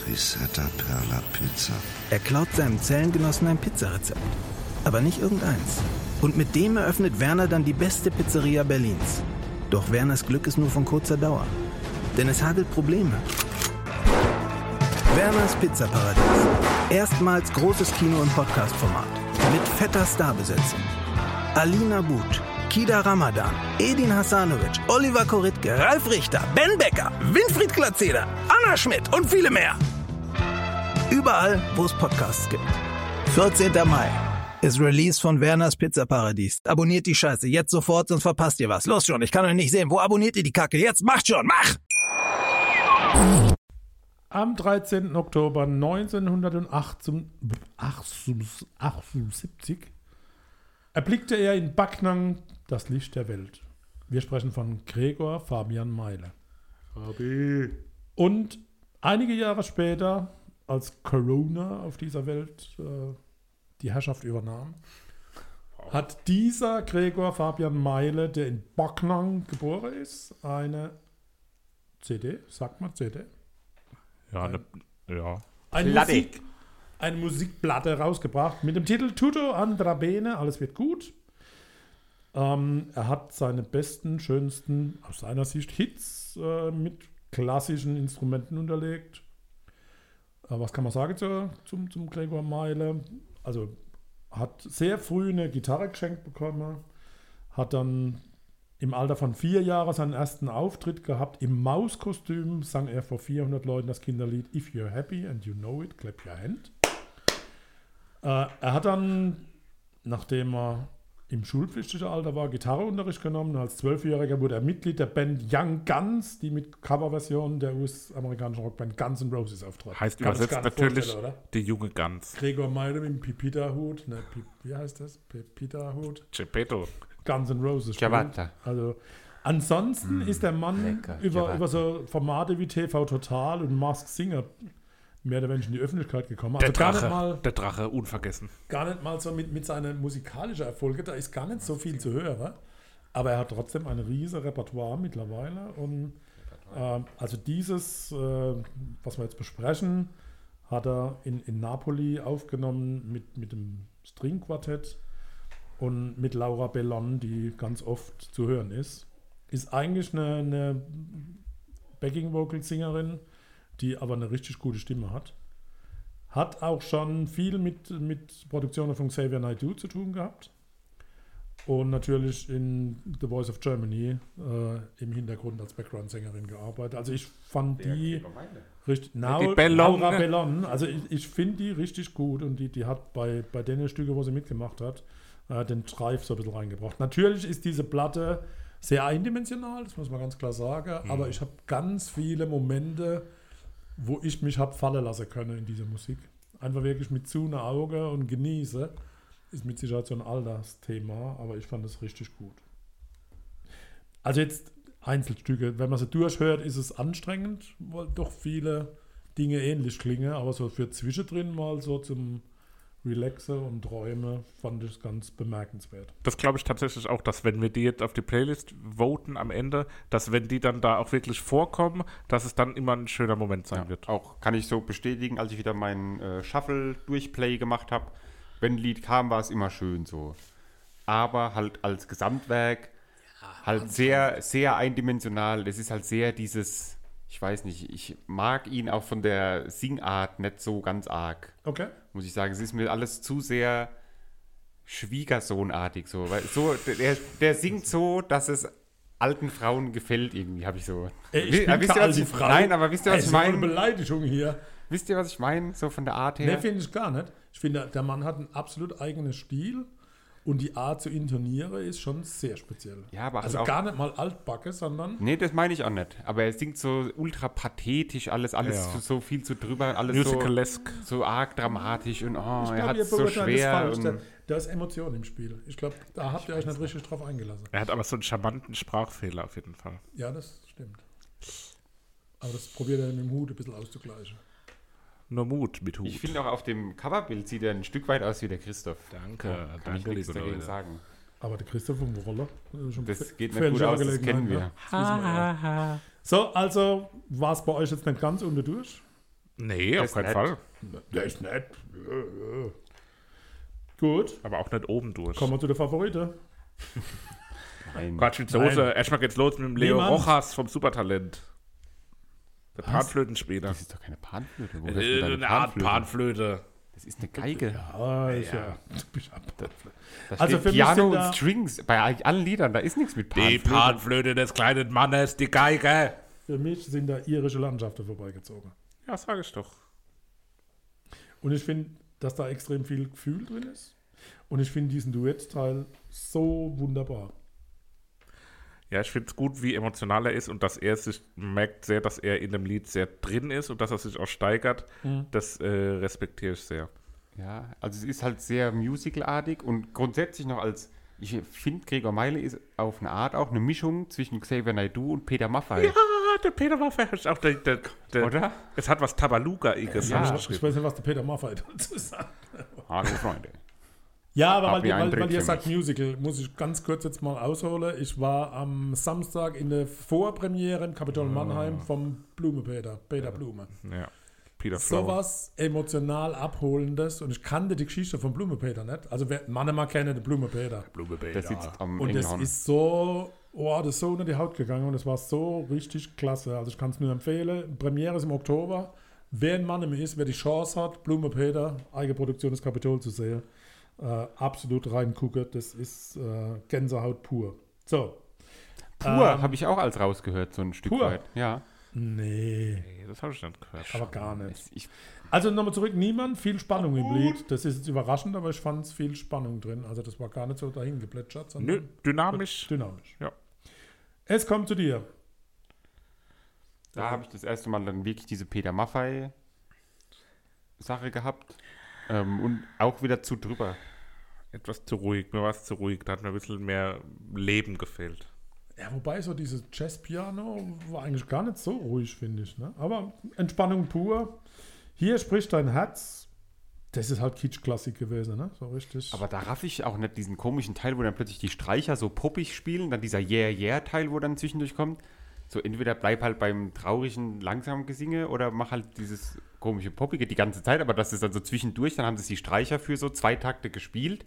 Speaker 7: Risetta per la Pizza.
Speaker 6: Er klaut seinem Zellengenossen ein Pizzarezept. Aber nicht irgendeins. Und mit dem eröffnet Werner dann die beste Pizzeria Berlins. Doch Werners Glück ist nur von kurzer Dauer. Denn es hagelt Probleme. Werners Pizzaparadies. Erstmals großes Kino- und Podcast-Format. Mit fetter Starbesetzung. Alina But, Kida Ramadan, Edin Hasanovic, Oliver Koritke, Ralf Richter, Ben Becker, Winfried Glatzeder, Anna Schmidt und viele mehr. Überall, wo es Podcasts gibt. 14. Mai ist Release von Werners Pizzaparadies. Abonniert die Scheiße jetzt sofort, sonst verpasst ihr was. Los schon, ich kann euch nicht sehen. Wo abonniert ihr die Kacke? Jetzt macht schon, mach!
Speaker 2: Am 13. Oktober 1978 erblickte er in Backnang das Licht der Welt. Wir sprechen von Gregor Fabian Meile. Und einige Jahre später, als Corona auf dieser Welt äh, die Herrschaft übernahm, hat dieser Gregor Fabian Meile, der in Backnang geboren ist, eine CD, sagt man CD?
Speaker 1: Ja, ne, ja.
Speaker 2: eine
Speaker 3: Platte.
Speaker 2: Musik, eine Musikplatte rausgebracht mit dem Titel Tutto andra bene, alles wird gut. Ähm, er hat seine besten, schönsten, aus seiner Sicht, Hits äh, mit klassischen Instrumenten unterlegt. Äh, was kann man sagen zu, zum, zum Gregor Meile? Also hat sehr früh eine Gitarre geschenkt bekommen, hat dann im Alter von vier Jahren seinen ersten Auftritt gehabt. Im Mauskostüm sang er vor 400 Leuten das Kinderlied If You're Happy and You Know It, Clap Your Hand. Äh, er hat dann, nachdem er im schulpflichtigen Alter war, Gitarreunterricht genommen. Als Zwölfjähriger wurde er Mitglied der Band Young Guns, die mit Coverversionen der US-amerikanischen Rockband Guns N' Roses auftrat.
Speaker 1: Heißt
Speaker 2: Kann man sich
Speaker 1: übersetzt
Speaker 2: gar nicht
Speaker 1: natürlich
Speaker 2: vorstellen, oder?
Speaker 1: die junge Gans.
Speaker 2: Gregor Meile mit dem Pipita-Hut. Ne, Pip, wie heißt das? Pipita-Hut.
Speaker 1: Geppetto.
Speaker 2: Guns N' Roses spielen.
Speaker 3: Ciabatta. Hm,
Speaker 2: Also ansonsten ist der Mann
Speaker 3: lecker,
Speaker 2: über,
Speaker 3: Ciabatta.
Speaker 2: über so Formate wie TV Total und Mask Singer mehr oder weniger in die Öffentlichkeit gekommen.
Speaker 1: Der
Speaker 2: Also gar nicht,
Speaker 1: Drache.
Speaker 2: mal,
Speaker 1: Der Drache, unvergessen.
Speaker 2: gar nicht mal so mit, mit seinen musikalischen Erfolgen, da ist gar nicht so viel zu hören. Aber er hat trotzdem ein riesen Repertoire mittlerweile. Und ähm, also dieses, äh, was wir jetzt besprechen, hat er in, in Napoli aufgenommen mit, mit dem Stringquartett und mit Laura Bellon, die ganz oft zu hören ist. Ist eigentlich eine, eine Backing-Vocal-Sängerin, die aber eine richtig gute Stimme hat. Hat auch schon viel mit, mit Produktionen von Xavier Naidoo zu tun gehabt. Und natürlich in The Voice of Germany äh, im Hintergrund als Background-Sängerin gearbeitet. Also ich fand die richtig. Nau,
Speaker 1: Die Bellon.
Speaker 2: Laura Bellon. Also ich, ich finde die richtig gut und die, die hat bei, bei den Stücke, wo sie mitgemacht hat, äh, den Drive so ein bisschen reingebracht. Natürlich ist diese Platte sehr eindimensional, das muss man ganz klar sagen, aber ich habe ganz viele Momente, wo ich mich habe fallen lassen können in dieser Musik. einfach wirklich mit zu einer Auge und genieße, ist mit Sicherheit so ein Altersthema, aber ich fand es richtig gut. Also jetzt Einzelstücke, wenn man sie durchhört, ist es anstrengend, weil doch viele Dinge ähnlich klingen, aber so für zwischendrin mal so zum Relaxe und Träume fand ich es ganz bemerkenswert.
Speaker 1: Das glaube ich tatsächlich auch, dass wenn wir die jetzt auf die Playlist voten am Ende, dass wenn die dann da auch wirklich vorkommen, dass es dann immer ein schöner Moment sein
Speaker 3: Ja,
Speaker 1: wird.
Speaker 3: Auch kann ich so bestätigen, als ich wieder meinen äh, Shuffle-Durchplay gemacht habe. Wenn ein Lied kam, war es immer schön so. Aber halt als Gesamtwerk halt sehr, sehr eindimensional. Es ist halt sehr dieses, ich weiß nicht, ich mag ihn auch von der Singart nicht so ganz arg
Speaker 2: Okay.
Speaker 3: muss ich sagen. Es ist mir alles zu sehr Schwiegersohnartig so. Weil so der, der singt so, dass es alten Frauen gefällt irgendwie, habe ich so.
Speaker 2: Ey, Äh,
Speaker 3: Wi- äh,
Speaker 2: ich bin
Speaker 3: wisst ihr,
Speaker 2: keine
Speaker 3: was
Speaker 2: alte Äh,
Speaker 3: ich,
Speaker 2: Frau.
Speaker 3: Nein, aber wisst ihr,
Speaker 2: Ey,
Speaker 3: was ich
Speaker 2: so eine
Speaker 3: meine?
Speaker 2: Beleidigung hier.
Speaker 3: Wisst ihr, was ich meine? So von der Art her.
Speaker 2: Ne, finde ich gar nicht. Ich finde, der Mann hat einen absolut eigenen Stil und die Art zu intonieren ist schon sehr speziell.
Speaker 3: Ja, aber
Speaker 2: also
Speaker 3: auch-
Speaker 2: gar nicht mal altbacke, sondern
Speaker 3: Nee, das meine ich auch nicht. Aber er singt so ultra pathetisch, alles, alles
Speaker 1: Ja.
Speaker 3: so, so viel zu drüber, alles
Speaker 1: Musical-esque.
Speaker 3: so, so arg dramatisch und oh,
Speaker 2: ich
Speaker 3: er
Speaker 2: glaube,
Speaker 3: hat
Speaker 2: ihr
Speaker 3: es so
Speaker 2: beurteilt das
Speaker 3: schwer. ähm,
Speaker 2: falsch. Da,
Speaker 3: Und,
Speaker 2: da ist Emotion im Spiel. Ich glaube, da habt ihr euch nicht richtig drauf eingelassen.
Speaker 1: Er hat aber so einen charmanten Sprachfehler auf jeden Fall.
Speaker 2: Ja, das stimmt. Aber das probiert er mit dem Hut ein bisschen auszugleichen.
Speaker 1: Nur Mut mit Hut.
Speaker 3: ich finde auch auf dem Coverbild sieht er ein Stück weit aus wie der Christoph.
Speaker 1: Danke,
Speaker 3: kann
Speaker 1: danke,
Speaker 3: ich nichts
Speaker 1: liebe
Speaker 3: dagegen
Speaker 1: Leute.
Speaker 3: sagen.
Speaker 2: Aber der Christoph vom Roller. äh, schon fe-
Speaker 3: Das geht nicht
Speaker 2: fällige
Speaker 3: gut aus, das
Speaker 2: Angelegenheit,
Speaker 3: kennen wir.
Speaker 2: ne? Das wissen wir ja. So, also war es bei euch jetzt nicht ganz unter durch?
Speaker 1: nee, auf
Speaker 3: ist
Speaker 1: keinen
Speaker 3: nett.
Speaker 1: Fall.
Speaker 2: Der ist nett. Gut,
Speaker 1: Aber auch nicht oben durch.
Speaker 2: kommen wir zu der Favorite.
Speaker 3: Nein.
Speaker 1: Quatsch mit Soße. Erstmal geht's los mit dem Leo
Speaker 2: Niemand.
Speaker 1: Rojas vom Supertalent. Der Panflötenspieler.
Speaker 3: Das ist doch keine Panflöte. Wo
Speaker 1: Äh, eine Art Panflöte.
Speaker 3: Das ist eine Geige.
Speaker 2: Ah, ist [LAUGHS] ja.
Speaker 3: Da
Speaker 2: Also
Speaker 3: steht
Speaker 2: für mich
Speaker 3: Piano
Speaker 2: sind
Speaker 3: und
Speaker 2: da-
Speaker 3: Strings. Bei all- allen Liedern, da ist nichts mit
Speaker 1: Die
Speaker 3: Panflöte.
Speaker 1: Panflöte des kleinen Mannes, die Geige.
Speaker 2: Für mich sind da irische Landschaften vorbeigezogen.
Speaker 1: Ja, sag ich doch.
Speaker 2: Und ich finde, dass da extrem viel Gefühl drin ist. Und ich finde diesen Duettteil so wunderbar.
Speaker 1: Ja, ich finde es gut, wie emotional er ist und dass er sich merkt sehr, dass er in dem Lied sehr drin ist und dass er sich auch steigert.
Speaker 3: Mhm.
Speaker 1: Das äh, respektiere ich sehr.
Speaker 3: ja, also es ist halt sehr musicalartig und grundsätzlich noch als, ich finde, Gregor Meile ist auf eine Art auch eine Mischung zwischen Xavier Naidoo und Peter Maffay.
Speaker 1: Ah, der Peter Maffay ist auch der, der, der
Speaker 3: Oder?
Speaker 1: Es hat was Tabaluga-iges.
Speaker 3: Ja.
Speaker 1: hab ich
Speaker 2: Ich
Speaker 1: geschrieben.
Speaker 2: weiß nicht, was der Peter Maffay [LAUGHS] dazu sagt.
Speaker 3: Hallo Freunde.
Speaker 2: Ja, aber
Speaker 3: Hab
Speaker 2: weil,
Speaker 3: mir
Speaker 2: ihr-
Speaker 3: einen
Speaker 2: weil,
Speaker 3: Trick
Speaker 2: weil ihr
Speaker 3: für
Speaker 2: sagt Musical, muss ich ganz kurz jetzt mal ausholen. Ich war am Samstag in der Vorpremiere im Kapitol Mannheim vom Blume Peter, Peter Blume.
Speaker 1: Ja. Peter
Speaker 2: So
Speaker 1: Flower.
Speaker 2: was emotional Abholendes und ich kannte die Geschichte von Blume Peter nicht. Also wer Mannemann kennt den Blume Peter.
Speaker 3: Der sitzt am
Speaker 2: Und das
Speaker 3: Engelhorn.
Speaker 2: ist so, oh, das ist so unter die Haut gegangen und das war so richtig klasse. Also ich kann es nur empfehlen. Premiere ist im Oktober. Wer ein Mann im ist, wer die Chance hat, Blume Peter, Eigenproduktion des Kapitol zu sehen, äh, absolut reingucken. Das ist äh, Gänsehaut pur. So.
Speaker 3: Pur
Speaker 2: ähm,
Speaker 3: habe ich auch als rausgehört, so ein Stück
Speaker 2: Pur?
Speaker 3: weit. Ja.
Speaker 2: Nee,
Speaker 1: Nee, das habe ich nicht gehört.
Speaker 2: aber gar nicht.
Speaker 3: Ich,
Speaker 2: Also nochmal zurück, niemand, viel Spannung im Lied. Das ist jetzt überraschend, aber ich fand es viel Spannung drin. Also das war gar nicht so dahin geplätschert, sondern
Speaker 1: Nö, dynamisch.
Speaker 2: dynamisch.
Speaker 1: Ja.
Speaker 2: Es kommt zu dir.
Speaker 3: da habe ich das erste Mal dann wirklich diese Peter Maffay-Sache gehabt. Ähm, und auch wieder zu drüber.
Speaker 1: Etwas zu ruhig. Mir war es zu ruhig. Da hat mir ein bisschen mehr Leben gefehlt.
Speaker 2: Ja, wobei so dieses Jazz-Piano war eigentlich gar nicht so ruhig, finde ich. Ne? Aber Entspannung pur. Hier spricht dein Herz. Das ist halt Kitsch-Klassik gewesen, ne? So richtig.
Speaker 3: Aber da raff ich auch nicht diesen komischen Teil, wo dann plötzlich die Streicher so poppig spielen, dann dieser Yeah-Yeah-Teil, wo dann zwischendurch kommt. So entweder bleib halt beim traurigen, langsamen Gesinge oder mach halt dieses komische Poppige die ganze Zeit, aber das ist dann so zwischendurch, dann haben sie die Streicher für so zwei Takte gespielt,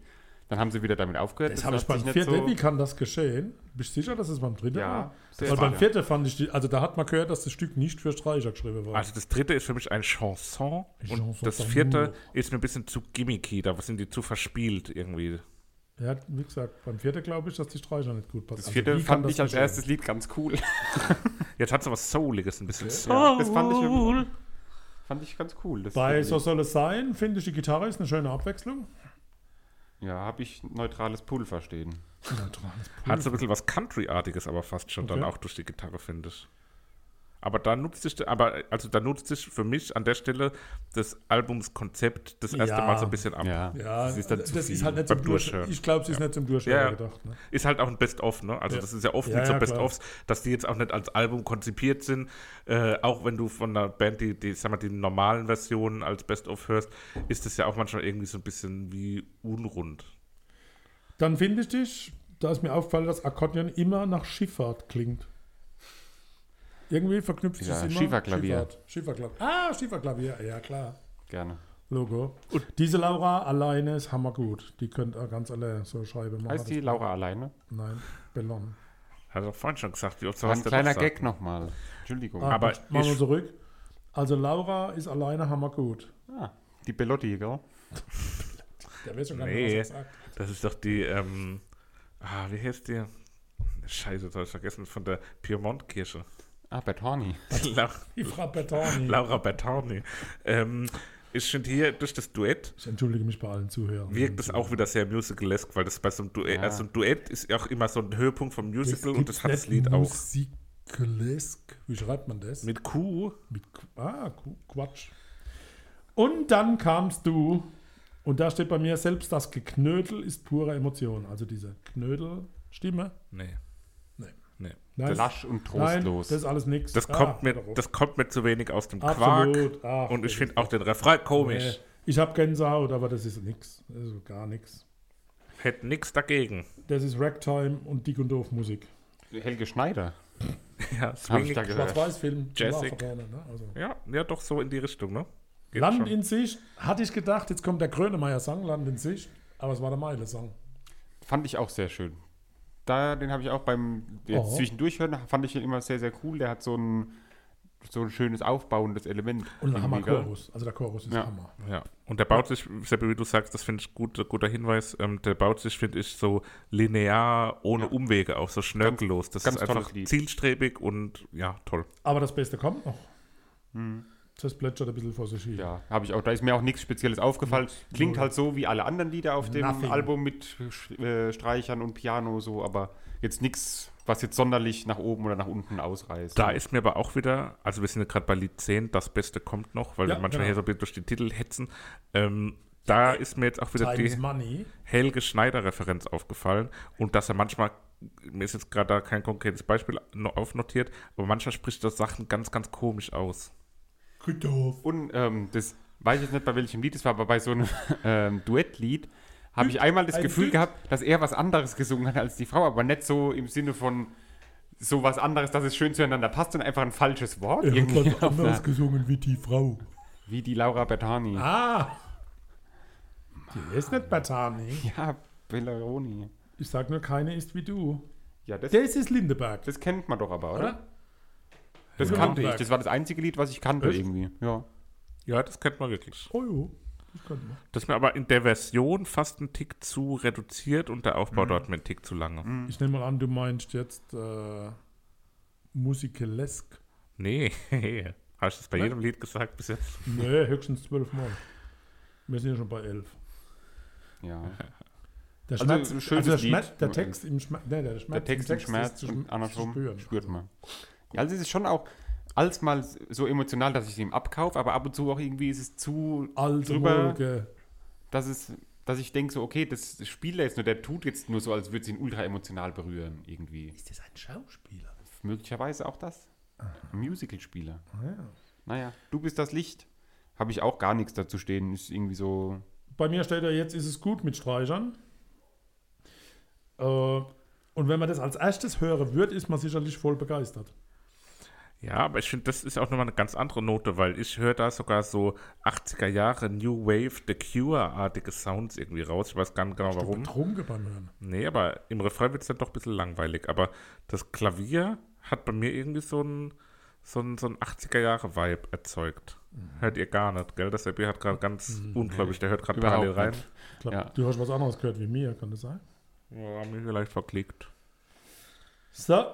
Speaker 3: dann haben sie wieder damit aufgehört.
Speaker 2: das habe ich
Speaker 3: hat
Speaker 2: beim
Speaker 3: sich nicht
Speaker 2: vierten.
Speaker 3: so-
Speaker 2: Wie kann das geschehen? Bist du sicher, dass es beim dritten
Speaker 3: Ja,
Speaker 2: war?
Speaker 3: sehr
Speaker 2: Weil beim
Speaker 3: sicher.
Speaker 2: vierten fand ich, die, also da hat man gehört, dass das Stück nicht für Streicher geschrieben war.
Speaker 1: Also das dritte ist für mich ein Chanson. Und
Speaker 2: Chanson
Speaker 1: das
Speaker 2: d'amour.
Speaker 1: vierte ist mir ein bisschen zu gimmicky. Da sind die zu verspielt irgendwie.
Speaker 2: ja, wie gesagt, beim vierten glaube ich, dass die Streicher nicht gut passen.
Speaker 3: Das vierte
Speaker 2: also, wie kann
Speaker 3: fand
Speaker 2: das
Speaker 3: ich als
Speaker 2: geschehen?
Speaker 3: erstes Lied ganz cool.
Speaker 1: Jetzt hat sie was Souliges, ein bisschen Soul.
Speaker 3: Ja, das fand ich, irgendwie- fand ich ganz cool. Das
Speaker 2: Bei
Speaker 3: Lied.
Speaker 2: So soll es sein, finde ich, die Gitarre ist eine schöne Abwechslung.
Speaker 3: ja, habe ich neutrales Pulver stehen.
Speaker 1: Hat so ein bisschen was Country-artiges, aber fast schon dann
Speaker 2: Hm. Okay.
Speaker 1: auch durch die Gitarre, finde ich. Aber da nutzt sich, aber also da nutzt sich für mich an der Stelle des Albums Konzept das erste
Speaker 2: Ja.
Speaker 1: Mal so ein bisschen ab.
Speaker 3: Ja,
Speaker 2: Ja,
Speaker 3: das ist dann zu viel.
Speaker 2: halt nicht
Speaker 1: beim
Speaker 2: zum Durchhören.
Speaker 1: Durchhören.
Speaker 2: Ich glaube, es ist nicht zum Durchhören
Speaker 1: Ja, ja.
Speaker 2: gedacht. Ne?
Speaker 1: Ist halt auch ein Best-of, ne? Also
Speaker 2: Ja.
Speaker 1: das ist ja oft
Speaker 2: Ja,
Speaker 1: mit so
Speaker 2: ja, klar.
Speaker 1: Best-ofs, dass die jetzt auch nicht als Album konzipiert sind. Äh, auch wenn du von einer Band die, die, sag mal, die normalen Versionen als Best-of hörst, ist das ja auch manchmal irgendwie so ein bisschen wie unrund.
Speaker 2: Dann finde ich dich, da ist mir aufgefallen, dass Akkordeon immer nach Schifffahrt klingt. Irgendwie verknüpft sich
Speaker 3: Ja,
Speaker 2: es immer.
Speaker 3: Schieferklavier.
Speaker 2: Schifffahrt. Schieferklavier. Ah, Schieferklavier, ja klar.
Speaker 3: Gerne.
Speaker 2: Logo. Und diese Laura alleine ist hammergut. Die könnte auch ganz alle so Scheibe machen.
Speaker 3: Heißt die Laura alleine?
Speaker 2: Nein, Bellon.
Speaker 1: Hast du vorhin schon gesagt, wie oft
Speaker 3: War ein
Speaker 1: hast du
Speaker 3: kleiner
Speaker 1: das gesagt?
Speaker 3: Gag nochmal. Entschuldigung.
Speaker 2: Ah,
Speaker 1: Aber
Speaker 2: gut, machen wir
Speaker 1: ich-
Speaker 2: zurück. Also Laura ist alleine hammergut.
Speaker 3: Ah, die Bellotti, gell?
Speaker 2: Der weiß schon gar
Speaker 1: Nee.
Speaker 2: was er sagt.
Speaker 1: Das ist doch die, ähm, ah, wie heißt die? Scheiße, das habe ich vergessen, von der Piemont-Kirche.
Speaker 3: Ah, Bert Horny.
Speaker 1: La
Speaker 2: Die Frau Bertani.
Speaker 1: Laura Bertani. Ähm, ich finde hier durch das Duett
Speaker 2: Ich entschuldige mich bei allen Zuhörern.
Speaker 1: wirkt es auch wieder sehr musical-esque, weil das bei so einem Duett,
Speaker 3: Ja.
Speaker 1: also ein Duett ist ja auch immer so ein Höhepunkt vom Musical und das hat das
Speaker 2: gibt's
Speaker 1: Lied
Speaker 2: nicht.
Speaker 1: auch.
Speaker 2: Musikalesk. Wie schreibt man das?
Speaker 1: Mit Q.
Speaker 2: Mit Qu- ah, Qu- Quatsch. Und dann kamst du, und da steht bei mir selbst, das Geknödel ist pure Emotion. Also diese Knödelstimme.
Speaker 1: Nee.
Speaker 2: Nee.
Speaker 1: Nee.
Speaker 2: Nein,
Speaker 3: Lasch und
Speaker 2: nein, das
Speaker 3: trostlos.
Speaker 2: ist alles Ah, nichts.
Speaker 1: Das, kommt mir, das kommt mir zu wenig aus dem
Speaker 2: Absolut.
Speaker 1: Quark.
Speaker 2: Ach,
Speaker 1: und ich
Speaker 2: das
Speaker 1: finde auch den Refrain komisch.
Speaker 2: Äh, ich habe Gänsehaut, aber das ist nichts. Also gar nichts.
Speaker 1: Hätte nichts dagegen.
Speaker 2: Das ist Ragtime und dick und doof Musik.
Speaker 3: Helge Schneider.
Speaker 1: Ja,
Speaker 3: Hab ich da
Speaker 1: swingig.
Speaker 3: gehört.
Speaker 2: Schwarz-Weiß-Film.
Speaker 1: Jazzig.
Speaker 2: Lava Banane, Ne? Also.
Speaker 1: Ja, ja, doch so in die Richtung, ne? Geht
Speaker 2: Land
Speaker 1: schon.
Speaker 2: in Sicht, hatte ich gedacht, jetzt kommt der Grönemeyer-Song, Land in Sicht, aber es war der Meile-Song.
Speaker 3: Fand ich auch sehr schön. Da, den habe ich auch beim jetzt
Speaker 2: Oh.
Speaker 3: zwischendurch hören, fand ich ihn immer sehr, sehr cool. Der hat so ein, so ein schönes aufbauendes Element.
Speaker 2: Und ein
Speaker 3: Irgendwie, gell?
Speaker 2: Hammer-Chorus. Also der Chorus ist
Speaker 3: Ja.
Speaker 2: Hammer.
Speaker 1: Ja, und der baut sich, Seppi, wie du sagst, das finde ich gut, guter Hinweis, ähm, der baut sich, finde ich, so linear, ohne Umwege auf, so schnörkellos. Das
Speaker 3: Ganz-
Speaker 1: ist
Speaker 3: ganz
Speaker 1: einfach
Speaker 3: tolles Lied.
Speaker 1: zielstrebig und ja, toll.
Speaker 2: Aber das Beste kommt noch. Das plätschert ein bisschen vor sich hin.
Speaker 3: Ja, habe ich auch. Da ist mir auch nichts Spezielles aufgefallen. Klingt halt so wie alle anderen Lieder auf dem
Speaker 2: Nothing.
Speaker 3: Album mit äh, Streichern und Piano so, aber jetzt nichts, was jetzt sonderlich nach oben oder nach unten ausreißt.
Speaker 1: Da ist mir aber auch wieder, also wir sind ja gerade bei Lied 10, das Beste kommt noch, weil
Speaker 2: Ja,
Speaker 1: wir manchmal
Speaker 2: genau.
Speaker 1: hier so ein bisschen durch die Titel hetzen. Ähm, da ist mir jetzt auch wieder
Speaker 2: Times
Speaker 1: die
Speaker 2: Money.
Speaker 1: Helge Schneider-Referenz aufgefallen und dass er manchmal, mir ist jetzt gerade da kein konkretes Beispiel no- aufnotiert, aber manchmal spricht er Sachen ganz, ganz komisch aus.
Speaker 2: Friedhof.
Speaker 3: Und ähm, das weiß ich jetzt nicht, bei welchem Lied es war, aber bei so einem [LAUGHS] ähm, Duettlied habe ich einmal das
Speaker 2: ein
Speaker 3: Gefühl
Speaker 2: Duett.
Speaker 3: gehabt, dass er was anderes gesungen hat als die Frau, aber nicht so im Sinne von so was anderes, dass es schön zueinander passt, sondern einfach ein falsches Wort.
Speaker 2: Er hat
Speaker 3: irgendwie
Speaker 2: was
Speaker 3: auf
Speaker 2: anderes
Speaker 3: einer,
Speaker 2: gesungen wie die Frau.
Speaker 3: wie die Laura Bertani.
Speaker 2: Ah! Die ist nicht Bertani.
Speaker 3: Ja, Bellaroni.
Speaker 2: Ich sag nur, keine ist wie du.
Speaker 3: Ja, das,
Speaker 2: Das ist Lindeberg,
Speaker 3: das kennt man doch aber, oder?
Speaker 2: oder?
Speaker 3: Das
Speaker 2: Ja.
Speaker 3: kannte ich.
Speaker 2: Nürnberg.
Speaker 3: Das war das einzige Lied, was ich kannte
Speaker 2: Echt?
Speaker 3: irgendwie. Ja.
Speaker 1: Ja, das kennt man wirklich.
Speaker 2: Oh jo. Das könnte man.
Speaker 1: Das ist mir aber in der Version fast einen Tick zu reduziert und der Aufbau
Speaker 3: Mhm.
Speaker 1: dort mir einen Tick zu lange.
Speaker 2: Ich nehme mal an, du meinst jetzt äh, Musikalesk.
Speaker 1: Nee, [LAUGHS] hast du das bei
Speaker 3: Ne?
Speaker 1: jedem Lied gesagt bis jetzt?
Speaker 2: Nee, höchstens zwölfmal. Wir sind ja schon bei elf.
Speaker 3: ja.
Speaker 2: Der
Speaker 3: Also,
Speaker 2: Schmerz,
Speaker 3: ein
Speaker 2: also,
Speaker 3: schönes
Speaker 2: der,
Speaker 3: Lied.
Speaker 2: Schmerz, der Text im Schmerz, nee, der Schmerz,
Speaker 3: Der Text im
Speaker 2: ist
Speaker 3: Schmerz
Speaker 2: zu
Speaker 3: und
Speaker 2: schm-
Speaker 3: andersrum
Speaker 2: zu spüren.
Speaker 3: spürt man. Ja, also es ist schon auch als mal so emotional, dass ich es ihm abkaufe, aber ab und zu auch irgendwie ist es zu
Speaker 2: Alte
Speaker 3: drüber,
Speaker 2: Wolke.
Speaker 3: dass es, dass ich denke so, okay, das spielt er jetzt nur, der tut jetzt nur so, als würde es ihn ultra emotional berühren irgendwie.
Speaker 2: Ist das ein Schauspieler?
Speaker 3: Möglicherweise auch das. Ein Musical-Spieler.
Speaker 2: Ah,
Speaker 3: Naja, du bist das Licht. Habe ich auch gar nichts dazu stehen. Ist irgendwie so.
Speaker 2: Bei mir steht ja jetzt, ist es gut mit Streichern. Äh, und wenn man das als erstes hören würde, ist man sicherlich voll begeistert.
Speaker 1: Ja, aber ich finde, das ist auch nochmal eine ganz andere Note, weil ich höre da sogar so 80er Jahre New Wave The Cure-artige Sounds irgendwie raus. Ich weiß gar nicht genau warum.
Speaker 2: Trunke beim Hören.
Speaker 1: Nee, aber im Refrain wird es dann doch ein bisschen langweilig. Aber das Klavier hat bei mir irgendwie so ein, so ein, so ein 80er-Jahre-Vibe erzeugt.
Speaker 3: Mhm.
Speaker 1: Hört ihr gar nicht, gell? Das RB hat gerade ganz unglaublich, der hört gerade
Speaker 3: Überhaupt
Speaker 1: parallel rein.
Speaker 3: nicht.
Speaker 2: Ich glaub,
Speaker 3: Ja.
Speaker 2: Du hast was anderes gehört wie mir, kann das sein?
Speaker 1: Ja, mir vielleicht verklickt.
Speaker 2: So,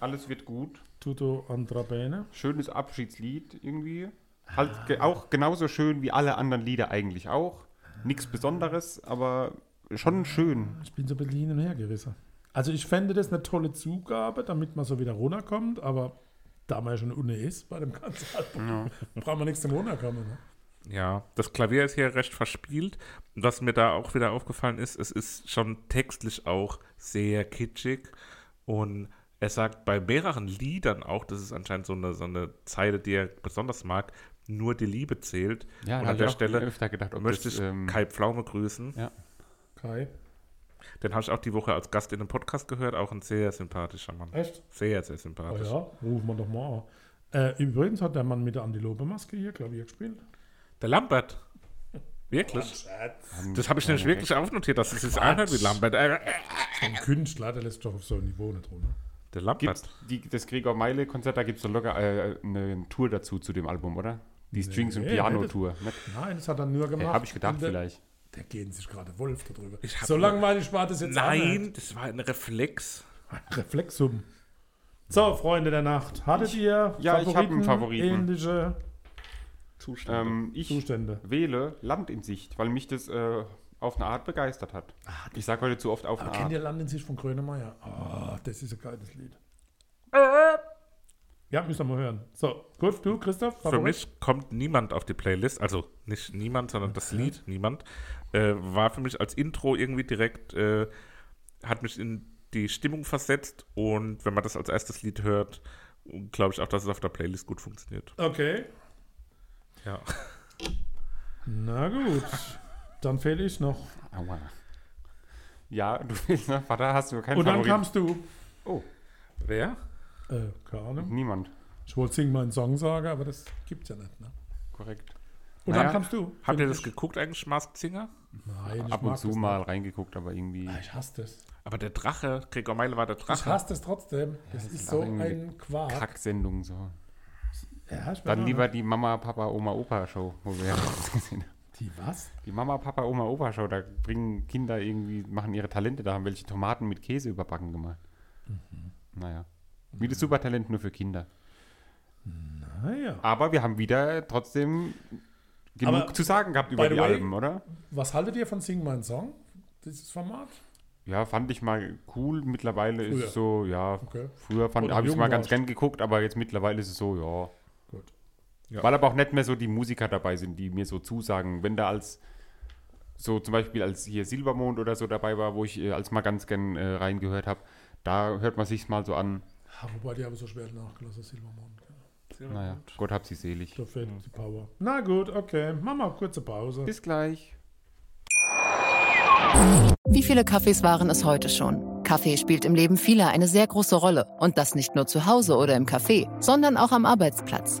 Speaker 3: Alles wird gut.
Speaker 2: Tuto Andrabene.
Speaker 3: schönes Abschiedslied irgendwie.
Speaker 2: Ah.
Speaker 3: Halt ge auch genauso schön wie alle anderen Lieder eigentlich auch. Nichts Besonderes, aber schon schön.
Speaker 2: Ich bin so ein bisschen hin und her gerissen. Also ich fände das eine tolle Zugabe, damit man so wieder runterkommt, aber da man ja schon unten ist bei dem ganzen [LAUGHS] Album, braucht man nichts zum Runterkommen. Ne?
Speaker 1: Ja, das Klavier ist hier recht verspielt. Was mir da auch wieder aufgefallen ist, es ist schon textlich auch sehr kitschig. Und er sagt bei mehreren Liedern auch, das ist anscheinend so eine, so eine Zeile, die er besonders mag, nur die Liebe zählt.
Speaker 3: Ja, da
Speaker 1: Und
Speaker 3: hab
Speaker 1: an
Speaker 3: ich
Speaker 1: der
Speaker 3: auch
Speaker 1: Stelle
Speaker 3: öfter gedacht, ob
Speaker 1: möchte
Speaker 3: das,
Speaker 1: ich
Speaker 3: ähm,
Speaker 1: Kai Pflaume grüßen.
Speaker 3: Ja.
Speaker 2: Kai.
Speaker 1: Den habe ich auch die Woche als Gast in einem Podcast gehört. Auch ein sehr sympathischer Mann.
Speaker 2: Echt?
Speaker 1: Sehr, sehr
Speaker 2: Oh
Speaker 1: sympathisch.
Speaker 2: ja, rufen wir doch mal an. Äh, übrigens hat der Mann mit der Antilope-Maske hier Klavier gespielt.
Speaker 1: Der Lambert. Wirklich? Das habe ich nämlich wirklich aufnotiert, dass es sich anhört wie Lambert. Äh, äh,
Speaker 2: Ein Künstler, der lässt doch auf so einem Niveau nicht runter.
Speaker 1: Der Lambert.
Speaker 3: Gibt's die, das Gregor Meile Konzert, da gibt es doch locker äh, eine Tour dazu zu dem Album, oder? Die Strings und
Speaker 2: nee,
Speaker 3: Piano
Speaker 2: das-
Speaker 3: Tour.
Speaker 2: Nein, das hat er nur gemacht.
Speaker 3: Habe Äh, ich gedacht
Speaker 2: Und der,
Speaker 3: vielleicht.
Speaker 2: Der gehen sich gerade Wolf darüber.
Speaker 1: Ich hab
Speaker 2: So
Speaker 1: nur-
Speaker 2: langweilig war das jetzt auch
Speaker 1: Nein,
Speaker 2: nicht.
Speaker 1: das war ein Reflex.
Speaker 2: Reflexum. So, Freunde der Nacht, hattet ihr
Speaker 3: ja, ich hab einen Favoriten.
Speaker 2: ähnliche
Speaker 3: Ähm, ich
Speaker 2: Zustände?
Speaker 3: wähle Land in Sicht, weil mich das äh, auf eine Art begeistert hat. Ich sage heute zu oft auf eine
Speaker 2: Ah, Kennt
Speaker 3: Art.
Speaker 2: ihr Land in sich von Grönemeyer? Ah, das ist ein geiles Lied. Ja, müsst ihr mal hören. So, gut, du, Christoph,
Speaker 1: Für
Speaker 2: Favorit?
Speaker 1: mich kommt niemand auf die Playlist, also nicht niemand, sondern das Lied niemand, äh, war für mich als Intro irgendwie direkt, äh, hat mich in die Stimmung versetzt und wenn man das als erstes Lied hört, glaube ich auch, dass es auf der Playlist gut funktioniert.
Speaker 2: Okay.
Speaker 1: Ja.
Speaker 2: Na gut.
Speaker 3: [LAUGHS]
Speaker 2: Dann fehle ich noch.
Speaker 3: Aua. Ja, [LAUGHS] du willst, ne? Vater, hast du keinen
Speaker 2: Und dann
Speaker 3: Favoriten?
Speaker 2: kamst du.
Speaker 1: Wer?
Speaker 2: Äh, keine Ahnung.
Speaker 3: Niemand.
Speaker 2: Ich wollte singen meinen Song sagen, aber das gibt's ja nicht, ne?
Speaker 3: Korrekt.
Speaker 2: Und
Speaker 3: Naja,
Speaker 2: dann kamst du.
Speaker 1: Habt ihr das geguckt eigentlich, Masked Singer?
Speaker 2: Nein, ich
Speaker 3: Ab
Speaker 2: mag
Speaker 3: und zu
Speaker 2: das Ah,
Speaker 3: mal reingeguckt, aber irgendwie.
Speaker 2: nicht. Ich hasse das.
Speaker 1: Aber der Drache, Gregor Meile war der
Speaker 2: Ich
Speaker 1: Drache.
Speaker 2: hasse das trotzdem. Das ist
Speaker 3: ist
Speaker 2: so
Speaker 3: auch irgendwie
Speaker 2: ein Quark.
Speaker 3: Kacksendung so.
Speaker 2: Ja, ich
Speaker 3: Dann
Speaker 2: weiß
Speaker 3: lieber die Mama, Papa, Oma, Opa Show, wo wir [LAUGHS] das gesehen haben.
Speaker 2: auch nicht. Die was?
Speaker 3: Die Mama, Papa, Oma, Opa Show, da bringen Kinder irgendwie, machen ihre Talente, da haben welche Tomaten mit Käse überbacken gemacht.
Speaker 2: Mhm.
Speaker 3: Naja. Wie das Supertalent nur für Kinder.
Speaker 2: Naja.
Speaker 3: Aber wir haben wieder trotzdem genug
Speaker 2: Aber,
Speaker 3: zu sagen gehabt über
Speaker 2: by the
Speaker 3: die
Speaker 2: way-
Speaker 3: Alben, oder?
Speaker 2: Was haltet ihr von Sing meinen Song? Dieses Format?
Speaker 3: Ja, fand ich mal cool. Mittlerweile ist es so, ja,
Speaker 2: Okay.
Speaker 3: früher
Speaker 2: Oder
Speaker 3: habe ich
Speaker 2: jung
Speaker 3: mal ganz
Speaker 2: warst.
Speaker 3: gern geguckt, aber jetzt mittlerweile ist es so, ja.
Speaker 2: Gut.
Speaker 3: Weil aber auch nicht mehr so die Musiker dabei sind, die mir so zusagen. Wenn da als, so zum Beispiel als hier Silbermond oder so dabei war, wo ich äh, als mal ganz gern äh, reingehört habe, da hört man sich's mal so an.
Speaker 2: Ah, wobei die haben so schwer nachgelassen, Silbermond.
Speaker 3: Naja, Gott hab sie selig.
Speaker 2: Da fehlt die Power. Na gut, okay. Machen wir eine kurze Pause.
Speaker 3: Bis gleich.
Speaker 8: Wie viele Kaffees waren es heute schon? Kaffee spielt im Leben vieler eine sehr große Rolle. Und das nicht nur zu Hause oder im Café, sondern auch am Arbeitsplatz.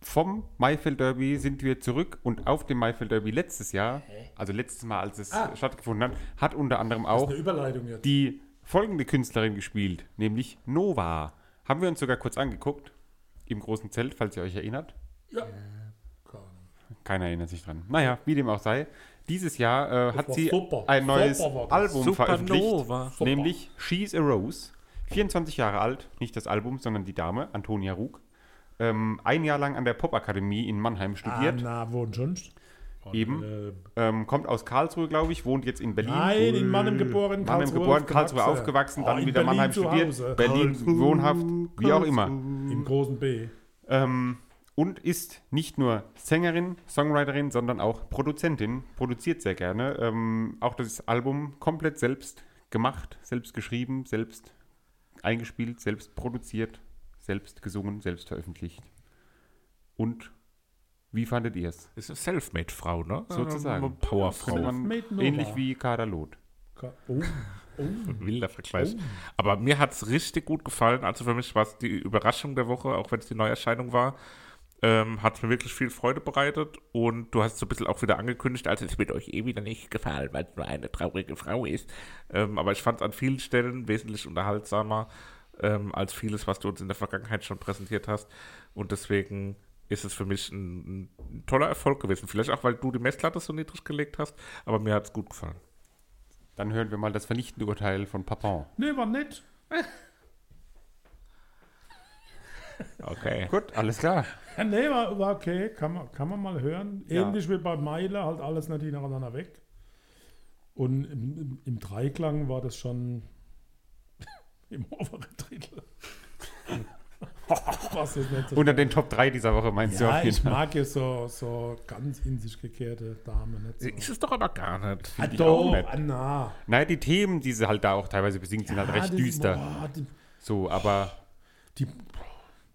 Speaker 3: Vom Maifeld Derby sind wir zurück und auf dem Maifeld Derby letztes Jahr, also letztes Mal, als es äh, stattgefunden hat, hat unter anderem auch
Speaker 2: Ah. Eine Überleitung jetzt.
Speaker 3: die folgende Künstlerin gespielt, nämlich Nova. Haben wir uns sogar kurz angeguckt, im großen Zelt, falls ihr euch erinnert.
Speaker 2: Ja. Keine Ahnung.
Speaker 3: Keiner erinnert sich dran. Naja, wie dem auch sei. Dieses Jahr äh, hat
Speaker 2: war
Speaker 3: sie
Speaker 2: super.
Speaker 3: ein neues
Speaker 2: Super war das.
Speaker 3: Album
Speaker 1: Supernova.
Speaker 3: veröffentlicht, nämlich She's a Rose. 24 Jahre alt, nicht das Album, sondern die Dame, Antonia Rug. Ähm, ein Jahr lang an der Popakademie in Mannheim
Speaker 2: Ah,
Speaker 3: studiert,
Speaker 2: na, wo denn sonst?
Speaker 3: eben.
Speaker 2: Ähm,
Speaker 3: Ähm, kommt aus Karlsruhe, glaube ich, wohnt jetzt in Berlin.
Speaker 2: Nein, in Mannheim geboren,
Speaker 3: Mannheim geboren, Karlsruhe aufgewachsen,
Speaker 2: Oh,
Speaker 3: dann
Speaker 2: in
Speaker 3: wieder
Speaker 2: Berlin
Speaker 3: Mannheim
Speaker 2: zu
Speaker 3: studiert,
Speaker 2: Hause.
Speaker 3: Berlin wohnhaft, wie auch immer.
Speaker 2: Im großen B.
Speaker 3: Ähm, und ist nicht nur Sängerin, Songwriterin, sondern auch Produzentin, produziert sehr gerne. Ähm, auch das Album komplett selbst gemacht, selbst geschrieben, selbst eingespielt, selbst produziert, selbst gesungen, selbst veröffentlicht. Und wie fandet ihr es?
Speaker 1: Ist eine Selfmade-Frau, ne?
Speaker 3: Sozusagen.
Speaker 1: Eine Powerfrau.
Speaker 3: Man,
Speaker 2: Made Nova.
Speaker 3: ähnlich wie Kader Loth.
Speaker 2: Ka- [LAUGHS] Oh, oh.
Speaker 1: Wilder Vergleich. Aber mir hat es richtig gut gefallen. Also für mich war es die Überraschung der Woche, auch wenn es die Neuerscheinung war. Ähm, hat mir wirklich viel Freude bereitet und du hast so ein bisschen auch wieder angekündigt, also es wird euch eh wieder nicht gefallen, weil es nur eine traurige Frau ist. Ähm, aber ich fand es an vielen Stellen wesentlich unterhaltsamer ähm, als vieles, was du uns in der Vergangenheit schon präsentiert hast. Und deswegen ist es für mich ein, ein toller Erfolg gewesen. Vielleicht auch, weil du die Messlatte so niedrig gelegt hast, aber mir hat es gut gefallen.
Speaker 3: Dann hören wir mal das vernichtende Urteil von Papon.
Speaker 2: Nee, war nett.
Speaker 1: Okay.
Speaker 3: Gut, alles klar.
Speaker 2: Ja, nee, war, war okay. Kann man, kann man mal hören. Ähnlich wie bei Meile, halt alles nicht hintereinander weg. Und im, im, im Dreiklang war das schon [LAUGHS] im oberen
Speaker 3: [LAUGHS]
Speaker 2: Drittel. Was jetzt nicht so
Speaker 3: Unter den Top 3 dieser Woche meinst du
Speaker 2: ja,
Speaker 3: auf jeden
Speaker 2: ich
Speaker 3: Fall.
Speaker 2: mag ja so, so ganz in sich gekehrte Damen. Nicht so.
Speaker 1: Ist es doch aber gar nicht.
Speaker 2: ah,
Speaker 3: ich auch
Speaker 2: doch,
Speaker 3: nett.
Speaker 2: ah, na.
Speaker 3: Nein, die Themen, die sie halt da auch teilweise besingt, sind halt
Speaker 2: Ah,
Speaker 3: recht
Speaker 2: das-
Speaker 3: düster.
Speaker 2: boah, die,
Speaker 3: So, aber
Speaker 2: die,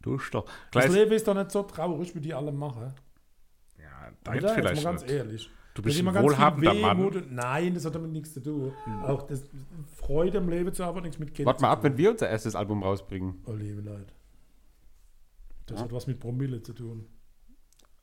Speaker 1: Du ist doch.
Speaker 2: das
Speaker 3: Also
Speaker 1: Gleich,
Speaker 2: Leben ist doch nicht so traurig, wie die alle machen.
Speaker 1: ja, dein
Speaker 2: Oder? Jetzt
Speaker 1: vielleicht
Speaker 2: mal ganz
Speaker 1: nicht.
Speaker 2: ehrlich.
Speaker 1: Du bist
Speaker 2: Da sieht man
Speaker 1: ein
Speaker 2: ganz viel
Speaker 1: wohlhabender Mann. Hm.
Speaker 2: Wehmut und- Nein, das hat damit nichts zu tun. Auch das Freude im Leben zu haben hat nichts mit Geld
Speaker 3: warte mal
Speaker 2: zu
Speaker 3: ab,
Speaker 2: tun.
Speaker 3: wenn wir unser erstes Album rausbringen.
Speaker 2: Oh, liebe Leute. Das hat was mit Promille zu tun.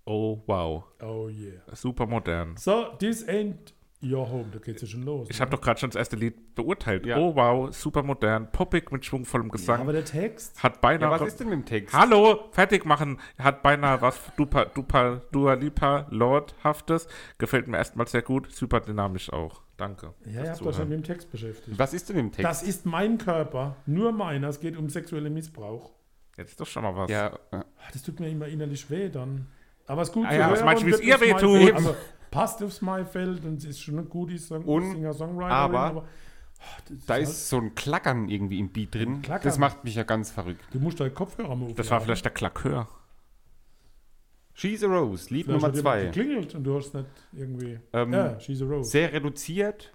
Speaker 1: Oh, wow.
Speaker 2: Oh yeah.
Speaker 1: Super modern.
Speaker 2: So, this ain't your home. Da geht's ja schon los.
Speaker 1: Ich
Speaker 2: ne?
Speaker 1: habe doch gerade schon das erste Lied beurteilt.
Speaker 3: Ja.
Speaker 1: Oh, wow. Super modern. Poppig mit schwungvollem Gesang.
Speaker 2: Aber der Text.
Speaker 1: hat beinahe.
Speaker 3: Ja, was ist denn mit dem Text?
Speaker 1: Hallo, fertig machen. Hat beinahe was Dupa, Dupa, Dua Lipa, Lordhaftes. Gefällt mir erstmal sehr gut. Super dynamisch auch. Danke.
Speaker 2: Ja,
Speaker 1: fürs
Speaker 2: ihr habt euch schon
Speaker 1: Zuhören.
Speaker 2: mit dem Text beschäftigt.
Speaker 3: Was ist denn mit dem Text?
Speaker 2: Das ist mein Körper, nur meiner. Es geht um sexuellen Missbrauch.
Speaker 1: Jetzt ist doch schon mal was.
Speaker 3: ja, äh,
Speaker 2: Ah, Das tut mir immer innerlich weh dann. Aber es ist gut
Speaker 3: ja, was
Speaker 1: Ah meinst du, wie
Speaker 2: und
Speaker 1: es
Speaker 2: wird
Speaker 1: ihr
Speaker 2: aufs
Speaker 1: weh
Speaker 2: Mai-
Speaker 1: tut?
Speaker 2: Also, passt aufs Maifeld und es ist schon eine gute Song
Speaker 3: Und-
Speaker 2: Singer-Songwriterin.
Speaker 3: aber-
Speaker 2: ah, das
Speaker 3: da
Speaker 2: halt-
Speaker 3: ist so ein Klackern irgendwie im Beat drin.
Speaker 2: Klackern.
Speaker 3: Das macht mich ja ganz verrückt.
Speaker 2: Du musst deine Kopfhörer mal
Speaker 1: Das war vielleicht der Klackhör.
Speaker 3: She's a Rose, Lied
Speaker 2: Vielleicht
Speaker 3: Nummer
Speaker 2: hat jemand
Speaker 3: 2.
Speaker 2: geklingelt und du hast nicht irgendwie.
Speaker 3: Ähm,
Speaker 2: ja, she's a rose.
Speaker 3: Sehr reduziert.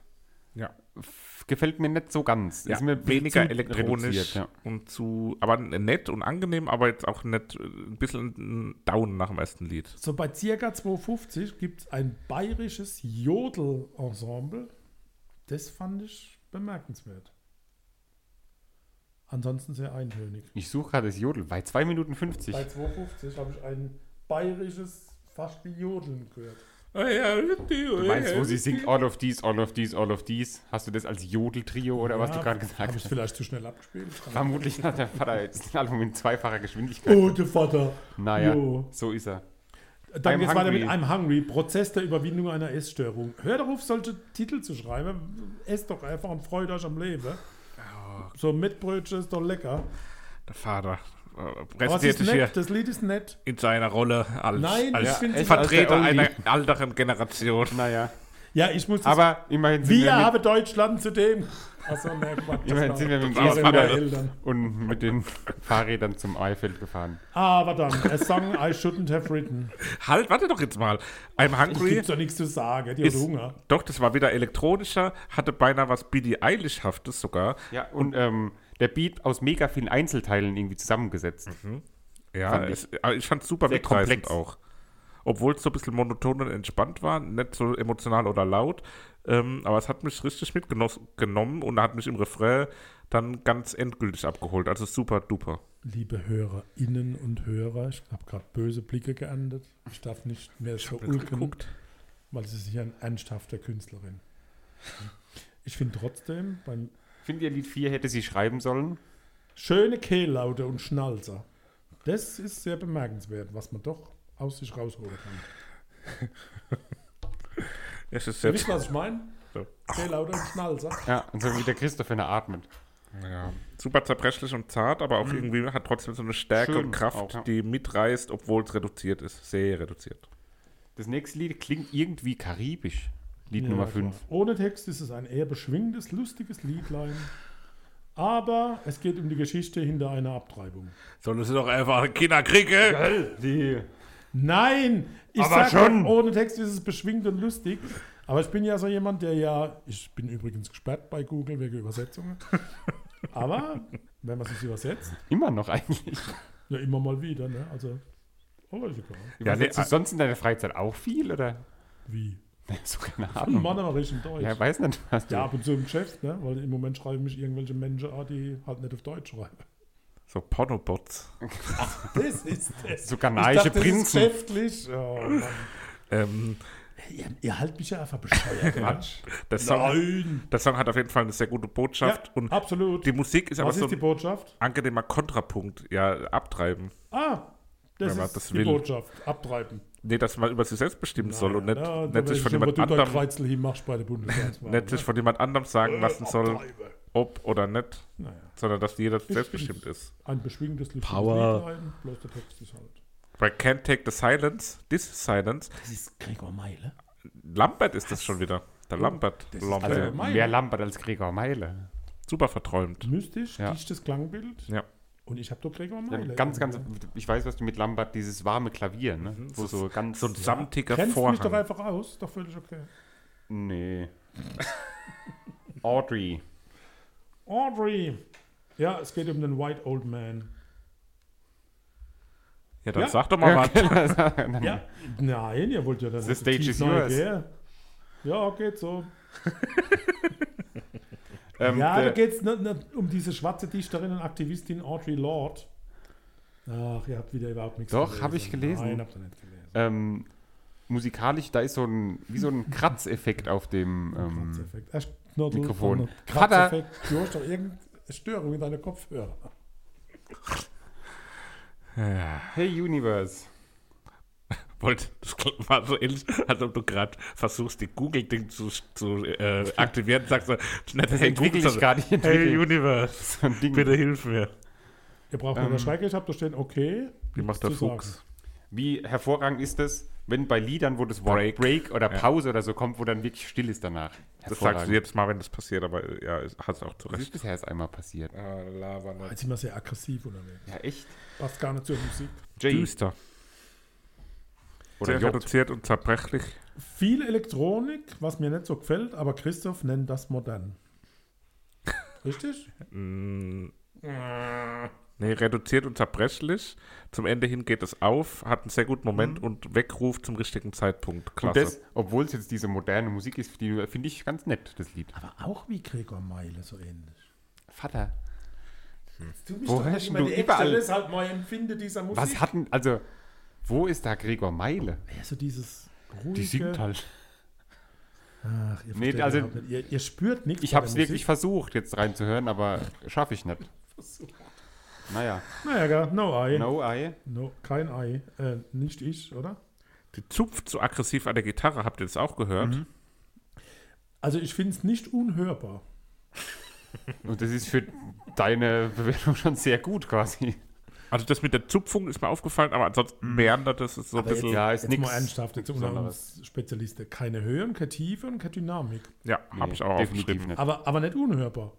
Speaker 1: Ja.
Speaker 3: F- Gefällt mir nicht so ganz.
Speaker 1: Ja,
Speaker 3: Ist mir
Speaker 1: weniger
Speaker 3: zu
Speaker 1: elektronisch
Speaker 3: reduziert, Ja.
Speaker 1: und zu, aber nett und angenehm, aber jetzt auch nett, äh, ein bisschen ein down nach dem ersten Lied.
Speaker 2: So bei circa 250 gibt es ein bayerisches Jodel-Ensemble. Das fand ich bemerkenswert. Ansonsten sehr eintönig.
Speaker 3: Ich suche gerade das Jodel. Bei 2 Minuten 50.
Speaker 2: Bei 250 habe ich ein bayerisches, fast wie Jodeln gehört.
Speaker 3: Du meinst, wo sie singt All of These, All of These, All of These? Hast du das als Jodeltrio oder was du gerade gesagt
Speaker 2: Habe ich
Speaker 3: hast?
Speaker 2: vielleicht zu schnell
Speaker 3: [LAUGHS]
Speaker 2: abgespielt.
Speaker 3: Vermutlich hat der Vater jetzt ein Album in zweifacher Geschwindigkeit.
Speaker 2: Oh, der Vater.
Speaker 3: Naja,
Speaker 2: Jo.
Speaker 3: so ist er.
Speaker 2: Dann
Speaker 3: I'm
Speaker 2: geht's weiter mit
Speaker 3: hungry.
Speaker 2: I'm Hungry, Prozess der Überwindung einer Essstörung. Hört auf, solche Titel zu schreiben. Esst doch einfach und freut euch am Leben. So Mitbrötchen ist doch lecker.
Speaker 1: Der Vater äh,
Speaker 2: Aber es ist
Speaker 1: präsentiert sich hier
Speaker 2: nett, das Lied ist nett.
Speaker 1: in seiner Rolle als,
Speaker 2: Nein, ich
Speaker 1: als
Speaker 2: find's-
Speaker 1: Vertreter
Speaker 3: als der
Speaker 1: einer
Speaker 3: Only.
Speaker 1: älteren Generation.
Speaker 3: Naja,
Speaker 2: Ja, ich muss das
Speaker 3: aber immerhin sind
Speaker 2: Wir
Speaker 3: wir,
Speaker 2: haben Deutschland zudem. Achso, merkt man.
Speaker 3: mit, immerhin
Speaker 2: das
Speaker 3: sind
Speaker 2: war-
Speaker 3: wir mit dem
Speaker 2: das waren meine
Speaker 3: E-Scooter
Speaker 2: Eltern.
Speaker 3: und mit den Fahrrädern zum Eifeld gefahren.
Speaker 2: Aber dann, a song I shouldn't have written.
Speaker 1: Halt, warte doch jetzt mal. I'm Hungry
Speaker 2: Gibt's doch nichts zu sagen, die
Speaker 1: ist,
Speaker 2: hat Hunger.
Speaker 1: doch, das war wieder elektronischer, hatte beinahe was Billie Eilishhaftes sogar.
Speaker 3: Ja, und ähm, der Beat aus mega vielen Einzelteilen irgendwie zusammengesetzt.
Speaker 2: Mhm.
Speaker 1: Ja,
Speaker 3: Fand
Speaker 1: es, aber ich fand es super
Speaker 3: sehr
Speaker 1: mitreißend
Speaker 3: komplex.
Speaker 1: auch. Obwohl es so ein bisschen monoton und entspannt war, nicht so emotional oder laut. Ähm, aber es hat mich richtig mitgenommen und hat mich im Refrain dann ganz endgültig abgeholt. Also super duper.
Speaker 2: Liebe HörerInnen und Hörer, ich habe gerade böse Blicke geendet. Ich darf nicht mehr so ulken, weil es ist hier ein ernsthafter Künstlerin. Ich finde trotzdem, beim
Speaker 3: Findet ihr Lied 4 hätte sie schreiben sollen?
Speaker 2: schöne Kehllaute und Schnalzer, das ist sehr bemerkenswert, was man doch aus sich rausholen kann.
Speaker 1: Es ist
Speaker 2: Ihr
Speaker 1: sehr
Speaker 2: wisst, was ich meine?
Speaker 1: So.
Speaker 2: Kehllaute und Schnalzer.
Speaker 3: Ja, und so wie der Christopher atmet.
Speaker 1: ja, super zerbrechlich und zart, aber auch irgendwie hat trotzdem so eine Stärke
Speaker 3: Mhm. Schön
Speaker 1: und Kraft,
Speaker 3: auch, ja.
Speaker 1: die mitreißt, obwohl es reduziert ist. Sehr reduziert.
Speaker 3: Das nächste Lied klingt irgendwie karibisch. Lied Nummer
Speaker 2: Ja, klar.
Speaker 3: 5.
Speaker 2: Ohne Text ist es ein eher beschwingendes, lustiges Liedlein. Aber es geht um die Geschichte hinter einer Abtreibung.
Speaker 1: Sollen sie doch einfach Kinder kriegen?
Speaker 2: Nein! Ich sag
Speaker 3: Aber schon.
Speaker 2: doch, ohne Text ist es beschwingt und lustig. Aber ich bin ja so jemand, der ja. Ich bin übrigens gesperrt bei Google wegen Übersetzungen. Aber wenn man es übersetzt,
Speaker 3: Immer noch eigentlich.
Speaker 2: ja immer mal wieder, ne? Also. Aber ist egal.
Speaker 3: Ja,
Speaker 1: nee,
Speaker 3: du sonst in deiner Freizeit auch viel oder? [LAUGHS]
Speaker 2: Wie?
Speaker 3: So keine
Speaker 2: Hm,
Speaker 3: Ahnung.
Speaker 2: Mann, aber richtig Deutsch.
Speaker 3: Mhm. Ja,
Speaker 2: Ja,
Speaker 3: weiß nicht, was du.
Speaker 2: ab und zu im Geschäft, ne? Weil im Moment schreiben mich irgendwelche Menschen an, die halt nicht auf Deutsch schreiben.
Speaker 1: So Pornobots.
Speaker 2: Das ist das.
Speaker 3: So ghanaische
Speaker 2: Ich dachte, das ist
Speaker 3: Prinzen.
Speaker 2: geschäftlich. Oh, Mann.
Speaker 1: Ähm,
Speaker 2: ihr, ihr haltet mich ja einfach bescheuert. Quatsch.
Speaker 1: der, Song,
Speaker 2: Nein.
Speaker 1: der Song hat auf jeden Fall eine sehr gute Botschaft.
Speaker 2: Ja,
Speaker 1: und
Speaker 2: absolut.
Speaker 1: Die Musik ist aber
Speaker 2: Was
Speaker 1: so
Speaker 2: ist die
Speaker 1: ein
Speaker 2: Botschaft?
Speaker 1: angenehmer Kontrapunkt. Ja, abtreiben.
Speaker 2: Ah, Das
Speaker 1: Wenn man
Speaker 2: ist
Speaker 1: das
Speaker 2: die
Speaker 1: will.
Speaker 2: Botschaft. Abtreiben.
Speaker 1: Nee, dass man über sich selbst bestimmen soll und nicht,
Speaker 2: Ja,
Speaker 1: nicht sich von jemand
Speaker 2: anderem.
Speaker 1: anderem
Speaker 2: Kreuzel hier machst bei der Bundeswahl.
Speaker 1: nicht sich von jemand anderem sagen lassen soll,
Speaker 2: Äh, Abtreibe.
Speaker 1: ob oder nicht,
Speaker 2: Naja.
Speaker 1: sondern dass jeder selbstbestimmt ist.
Speaker 2: Ein beschwingendes Licht.
Speaker 9: Power.
Speaker 2: Rein, bloß der Text ist halt.
Speaker 1: Bei Can't Take the Silence, This Silence,
Speaker 9: Das ist Gregor Meile.
Speaker 1: Lambert ist das schon wieder.
Speaker 2: Oh,
Speaker 1: Der Lambert. Lambert.
Speaker 3: Also
Speaker 2: Meile.
Speaker 3: mehr Lambert als Gregor Meile.
Speaker 1: Super verträumt.
Speaker 2: Mystisch,
Speaker 3: Ja.
Speaker 2: dichtes Klangbild.
Speaker 1: Ja.
Speaker 2: Und ich habe doch Gregor
Speaker 3: Ja,
Speaker 2: Meile.
Speaker 3: ganz, ganz, ich weiß, was du mit Lambert, dieses warme Klavier, ne?
Speaker 2: Mhm,
Speaker 3: Wo so ganz.
Speaker 1: So ein samtiger
Speaker 2: Grenzt mich doch
Speaker 1: Vorhang.
Speaker 2: einfach aus, ist doch völlig okay.
Speaker 3: nee. Audrey.
Speaker 2: Audrey. Ja, es geht um den White Old Man.
Speaker 1: Ja, dann
Speaker 2: Ja.
Speaker 1: sag doch mal was.
Speaker 2: Ja, nein, ihr wollt ja das.
Speaker 3: The stage is yours.
Speaker 2: Ja, geht so.
Speaker 3: Ähm,
Speaker 2: Ja, da
Speaker 3: der-
Speaker 2: geht es ne, ne, um diese schwarze Dichterin und Aktivistin Audrey Lord. Ach, ihr habt wieder überhaupt nichts
Speaker 3: Doch, hab ich gelesen.
Speaker 2: Nein, habt ihr nicht gelesen.
Speaker 3: ähm, musikalisch, da ist so ein, wie
Speaker 2: [LAUGHS]
Speaker 3: so ein Kratzeffekt auf dem. Ähm,
Speaker 2: Kratzeffekt. Erst Knorrel,
Speaker 3: Mikrofon.
Speaker 2: dann noch Kratzeffekt. Du hast doch irgendeine Störung in deiner Kopfhörer.
Speaker 3: hey Universe.
Speaker 1: Wollt, das klingt- war so ähnlich, als ob du gerade versuchst, die Google-Ding zu, zu äh, aktivieren. Sagst du, schnell, hey,
Speaker 3: entwickel
Speaker 1: Google,
Speaker 3: ich
Speaker 1: sondern,
Speaker 3: gerade, ich
Speaker 1: hey
Speaker 3: entwickel.
Speaker 1: Universe, [LAUGHS]
Speaker 3: So ein Ding.
Speaker 1: bitte hilf mir.
Speaker 2: Ihr braucht nur
Speaker 3: Ähm.
Speaker 2: ähm, Schrecklich, habt ihr stehen, okay.
Speaker 1: Wie
Speaker 2: nichts
Speaker 1: macht der
Speaker 2: zu
Speaker 1: Fuchs?
Speaker 2: sagen.
Speaker 3: Wie hervorragend ist das, wenn bei Liedern, wo das Wort
Speaker 1: Break.
Speaker 3: Break, oder
Speaker 1: Ja.
Speaker 3: Pause oder so kommt, wo dann wirklich still ist danach.
Speaker 1: Das sagst du
Speaker 3: jetzt.
Speaker 1: jetzt mal, wenn das passiert, aber äh, ja, es- hast auch zu
Speaker 3: Das ist
Speaker 1: Recht.
Speaker 3: bisher erst einmal passiert.
Speaker 2: Jetzt sind wir sehr aggressiv unterwegs.
Speaker 3: Ja, echt?
Speaker 2: Passt gar nicht zur Musik.
Speaker 3: Jay.
Speaker 1: Düster.
Speaker 3: Oder
Speaker 1: Sehr
Speaker 3: J.
Speaker 1: reduziert und zerbrechlich.
Speaker 2: Viel Elektronik, was mir nicht so gefällt, aber Christoph nennt das modern. Richtig?
Speaker 1: Nee, reduziert und zerbrechlich. Zum Ende hin geht es auf, hat einen sehr guten Moment und Weckruf zum richtigen Zeitpunkt.
Speaker 3: Und
Speaker 1: Klasse.
Speaker 3: das, obwohl es jetzt diese moderne Musik ist, die finde ich ganz nett, das Lied.
Speaker 2: Aber auch wie Gregor Meile, so ähnlich.
Speaker 3: Vater,
Speaker 2: Du bist
Speaker 3: Wo
Speaker 2: doch
Speaker 3: hast
Speaker 2: nicht immer
Speaker 3: du
Speaker 2: die überall.
Speaker 3: überall-
Speaker 2: Echte, deshalb mal empfinde dieser Musik.
Speaker 3: was hatten, also, wo ist da Gregor Meile?
Speaker 2: Also dieses ruhige...
Speaker 3: halt.
Speaker 2: Ach, ihr,
Speaker 3: Nee,
Speaker 2: versteht
Speaker 3: also-
Speaker 2: überhaupt nicht. ihr, ihr spürt nichts.
Speaker 3: Ich
Speaker 2: bei
Speaker 3: habe
Speaker 2: der
Speaker 3: es
Speaker 2: Musik.
Speaker 3: wirklich versucht, jetzt reinzuhören, aber schaffe ich nicht. Naja,
Speaker 2: Naja, gell, no eye.
Speaker 3: no I.
Speaker 2: No, kein Ei. Äh, nicht ich, oder?
Speaker 1: Die zupft so aggressiv an der Gitarre, habt ihr das auch gehört?
Speaker 2: Also ich finde es nicht unhörbar.
Speaker 3: Und das ist für deine Bewertung schon sehr gut quasi.
Speaker 1: Also das mit der Zupfung ist mir aufgefallen, aber ansonsten meandert das ist so ein bisschen.
Speaker 3: Mhm. Ja, ist
Speaker 2: Also Jetzt mal
Speaker 3: nix.
Speaker 2: ernsthaft, jetzt unter
Speaker 3: Besonderes.
Speaker 2: uns Spezialisten. Keine Höhe und keine Tiefe und keine Dynamik.
Speaker 1: Ja, habe ich auch
Speaker 3: Definitiv
Speaker 1: aufgeschrieben.
Speaker 3: nicht.
Speaker 2: Aber, aber nicht unhörbar.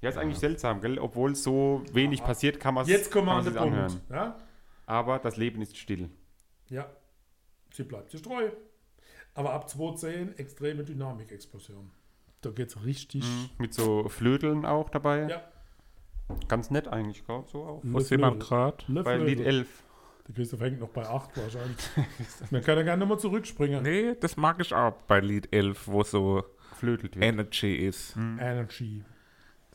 Speaker 3: Ja, ist eigentlich seltsam, gell? Obwohl so wenig passiert, kann man es
Speaker 2: Jetzt kommen wir an den
Speaker 3: anhören.
Speaker 2: Punkt. Ja?
Speaker 3: Aber das Leben ist still.
Speaker 2: ja, sie bleibt sich treu. Aber ab 2.10 extreme Dynamikexplosion. Da geht's richtig.
Speaker 3: Mit so Flöteln auch dabei.
Speaker 2: Ja.
Speaker 3: Ganz nett eigentlich, glaub so auch.
Speaker 1: Was sieht man gerade?
Speaker 3: Bei Lied 11.
Speaker 2: Der Christoph hängt noch bei
Speaker 1: [LAUGHS]
Speaker 2: 8 wahrscheinlich. Man kann ja gerne nochmal zurückspringen.
Speaker 1: Nee, das mag ich auch bei Lied 11, wo so
Speaker 3: Flötelt wird.
Speaker 1: Energy ist.
Speaker 3: Mhm.
Speaker 2: Energy.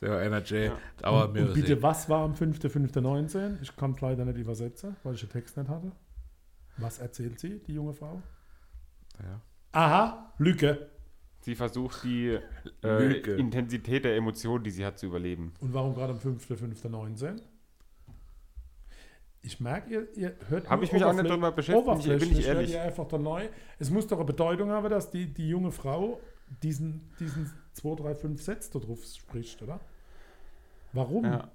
Speaker 9: Der Energy Dauer
Speaker 2: Und bitte,
Speaker 9: Music.
Speaker 2: was war am 5.5.19? Ich kann es leider nicht übersetzen, weil ich den Text nicht hatte. Was erzählt sie, die junge Frau?
Speaker 1: Ja.
Speaker 2: Aha, Lücke.
Speaker 3: Sie versucht die äh,
Speaker 9: Lüge.
Speaker 3: Intensität der Emotionen, die sie hat, zu überleben.
Speaker 2: Und warum gerade am 5.5.19? Ich merke, ihr, ihr hört
Speaker 3: Hab
Speaker 2: nur
Speaker 3: ich mich auch
Speaker 2: oberflä-
Speaker 3: nicht drüber beschäftigt, bin ich- bin ich
Speaker 2: oberflächlich, hört
Speaker 3: ehrlich.
Speaker 2: Ihr einfach da neu. Es muss doch eine Bedeutung haben, dass die, die junge Frau diesen, diesen 2, 3, 5 Sätze da drauf spricht, oder? Warum?
Speaker 3: Ja.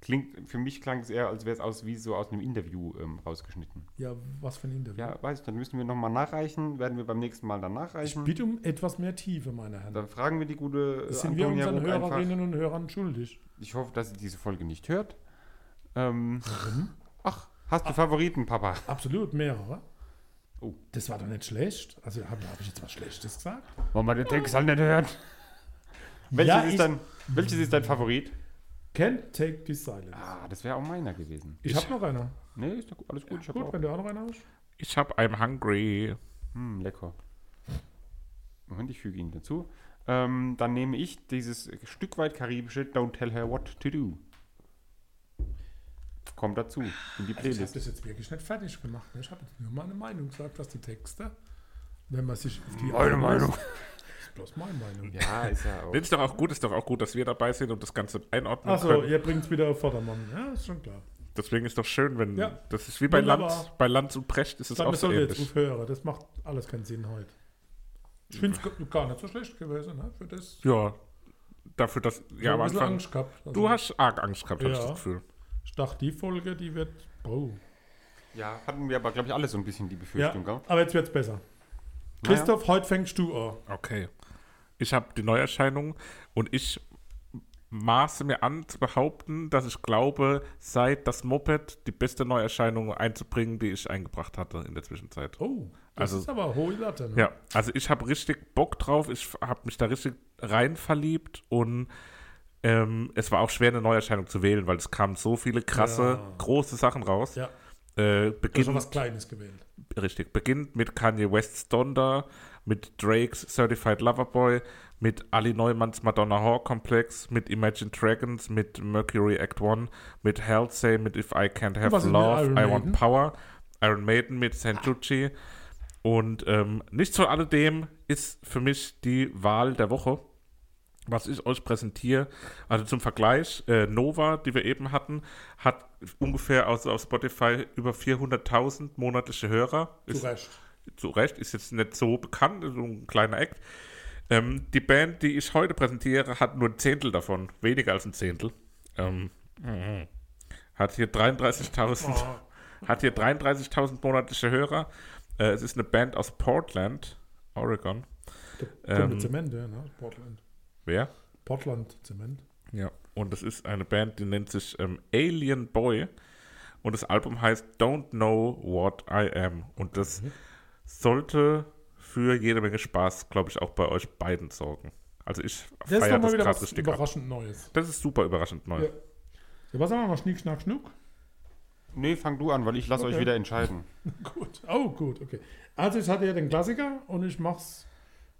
Speaker 3: Klingt, für mich klang es eher, als wäre es aus, wie so aus einem Interview ähm, rausgeschnitten.
Speaker 2: Ja, was für ein Interview.
Speaker 3: Ja, weiß ich, dann müssen wir nochmal nachreichen, werden wir beim nächsten Mal dann
Speaker 2: ich
Speaker 3: nachreichen.
Speaker 2: bitte um etwas mehr Tiefe, meine Herren.
Speaker 3: Dann fragen wir die gute äh,
Speaker 2: Das sind wir
Speaker 3: Antonia
Speaker 2: unseren
Speaker 3: Ruck einfach.
Speaker 2: Hörerinnen und Hörern schuldig.
Speaker 3: Ich hoffe, dass sie diese Folge nicht hört. Ähm,
Speaker 2: Mhm.
Speaker 3: ach, hast du Favoriten, Papa?
Speaker 2: Absolut, mehrere.
Speaker 3: Oh.
Speaker 2: Das war doch nicht schlecht. Also habe hab ich jetzt was Schlechtes gesagt?
Speaker 3: Wollen wir den Text halt nicht hören? Welches,
Speaker 2: Ja, ich-
Speaker 3: ist dein, welches ist dein Favorit?
Speaker 2: Can't take the silence.
Speaker 3: Ah, das wäre auch meiner gewesen.
Speaker 2: ich habe noch einer.
Speaker 3: Nee, ist doch alles gut. ich hab
Speaker 2: Gut,
Speaker 3: auch.
Speaker 2: wenn du auch noch einer hast.
Speaker 1: Ich hab I'm hungry.
Speaker 3: Hm, lecker. Moment, ich füge ihn dazu. Ähm, dann nehme ich dieses Stück weit karibische Don't Tell Her What to Do. Kommt dazu in die
Speaker 2: Ich habe
Speaker 3: Playlist.
Speaker 2: das jetzt wirklich nicht fertig gemacht. ne? Ich habe jetzt nur meine Meinung gesagt, dass die Texte, wenn man sich auf die
Speaker 3: Meine Meinung.
Speaker 2: [LAUGHS] ist bloß meine Meinung.
Speaker 3: Ja, ist ja auch.
Speaker 1: Das ist doch auch gut, ist doch auch gut, dass wir dabei sind und das Ganze einordnen
Speaker 2: Achso,
Speaker 1: können.
Speaker 2: ihr bringt es wieder auf Vordermann. Ja, ist schon klar.
Speaker 1: Deswegen ist doch schön, wenn.
Speaker 2: Ja.
Speaker 1: Das ist wie bei
Speaker 2: Wunderbar.
Speaker 1: Lanz. Bei Lanz und Precht ist es auch
Speaker 2: Damit
Speaker 1: so
Speaker 2: sollen wir jetzt
Speaker 1: ähnlich.
Speaker 2: aufhören. Das macht alles keinen Sinn heute. Ich finde es gar nicht so schlecht gewesen, ne? Für das.
Speaker 1: Ja. Dafür, dass.
Speaker 2: Ich
Speaker 1: Ja, am
Speaker 2: hab ein bisschen
Speaker 1: Anfang.
Speaker 2: Angst gehabt. Also,
Speaker 1: Du hast arg Angst gehabt, habe ich
Speaker 2: Ja.
Speaker 1: das Gefühl.
Speaker 2: Ich dachte, die Folge, die wird. Oh.
Speaker 3: Ja, hatten wir aber, glaube ich, alle so ein bisschen die
Speaker 2: Ja,
Speaker 3: Befürchtung, gell?
Speaker 2: aber jetzt wird's besser. Christoph, heute fängst du an.
Speaker 1: Okay. Ich habe die Neuerscheinung und ich maße mir an zu behaupten, dass ich glaube, seit das Moped die beste Neuerscheinung einzubringen, die ich eingebracht hatte in der Zwischenzeit.
Speaker 2: Oh, das
Speaker 1: Also-
Speaker 2: ist aber hohe Latte. Ne?
Speaker 1: Ja, also ich habe richtig Bock drauf, ich habe mich da richtig rein verliebt und ähm, es war auch schwer, eine Neuerscheinung zu wählen, weil es kamen so viele krasse, große Sachen raus.
Speaker 2: Ja.
Speaker 1: Äh,
Speaker 2: Du hast schon
Speaker 1: beginnt,
Speaker 2: was Kleines gewählt.
Speaker 1: richtig, beginnt mit Kanye West's Donda, mit Drake's Certified Lover Boy, mit Ali Neumanns Madonna Horror Complex, mit Imagine Dragons, mit Mercury Act One, mit Halsey, mit If I Can't Have
Speaker 2: was ist mit
Speaker 1: Love,
Speaker 2: Iron
Speaker 1: I Want
Speaker 2: Maiden?
Speaker 1: Power, Iron Maiden mit Sanjucci. Und ähm, nichts von alledem ist für mich die Wahl der Woche, was ich euch präsentiere. Also zum Vergleich, äh, Nova, die wir eben hatten, hat ungefähr also auf Spotify über 400.000 monatliche Hörer.
Speaker 2: Zu
Speaker 1: Ist,
Speaker 2: Recht.
Speaker 1: zu Recht, ist jetzt nicht so bekannt, so ein kleiner Act. Ähm, die Band, die ich heute präsentiere, hat nur ein Zehntel davon, weniger als ein Zehntel. Ähm, hat hier 33.000 [LAUGHS] hat hier 33.000 monatliche Hörer. Äh, es ist eine Band aus Portland, Oregon.
Speaker 2: Ähm,
Speaker 1: Ähm.
Speaker 2: mit Zement, ja, ne? Portland.
Speaker 1: Wer?
Speaker 2: Portland Zement.
Speaker 1: Ja. Und es ist eine Band, die nennt sich ähm, Alien Boy. Und das Album heißt Don't Know What I Am. Und das sollte für jede Menge Spaß, glaube ich, auch bei euch beiden sorgen. Also ich
Speaker 2: Das ist
Speaker 1: feiere
Speaker 2: doch mal
Speaker 1: das
Speaker 2: wieder
Speaker 1: gerade
Speaker 2: was
Speaker 1: richtig ab.
Speaker 2: überraschend Neues.
Speaker 1: Das ist super überraschend neu.
Speaker 2: Ja. Ja, was haben wir mal? Schnick, Schnack, Schnuck?
Speaker 3: Nee, fang du an, weil ich lasse euch
Speaker 2: Okay.
Speaker 3: wieder entscheiden.
Speaker 2: Gut. Oh, gut, okay. Also ich hatte ja den Klassiker und ich mach's,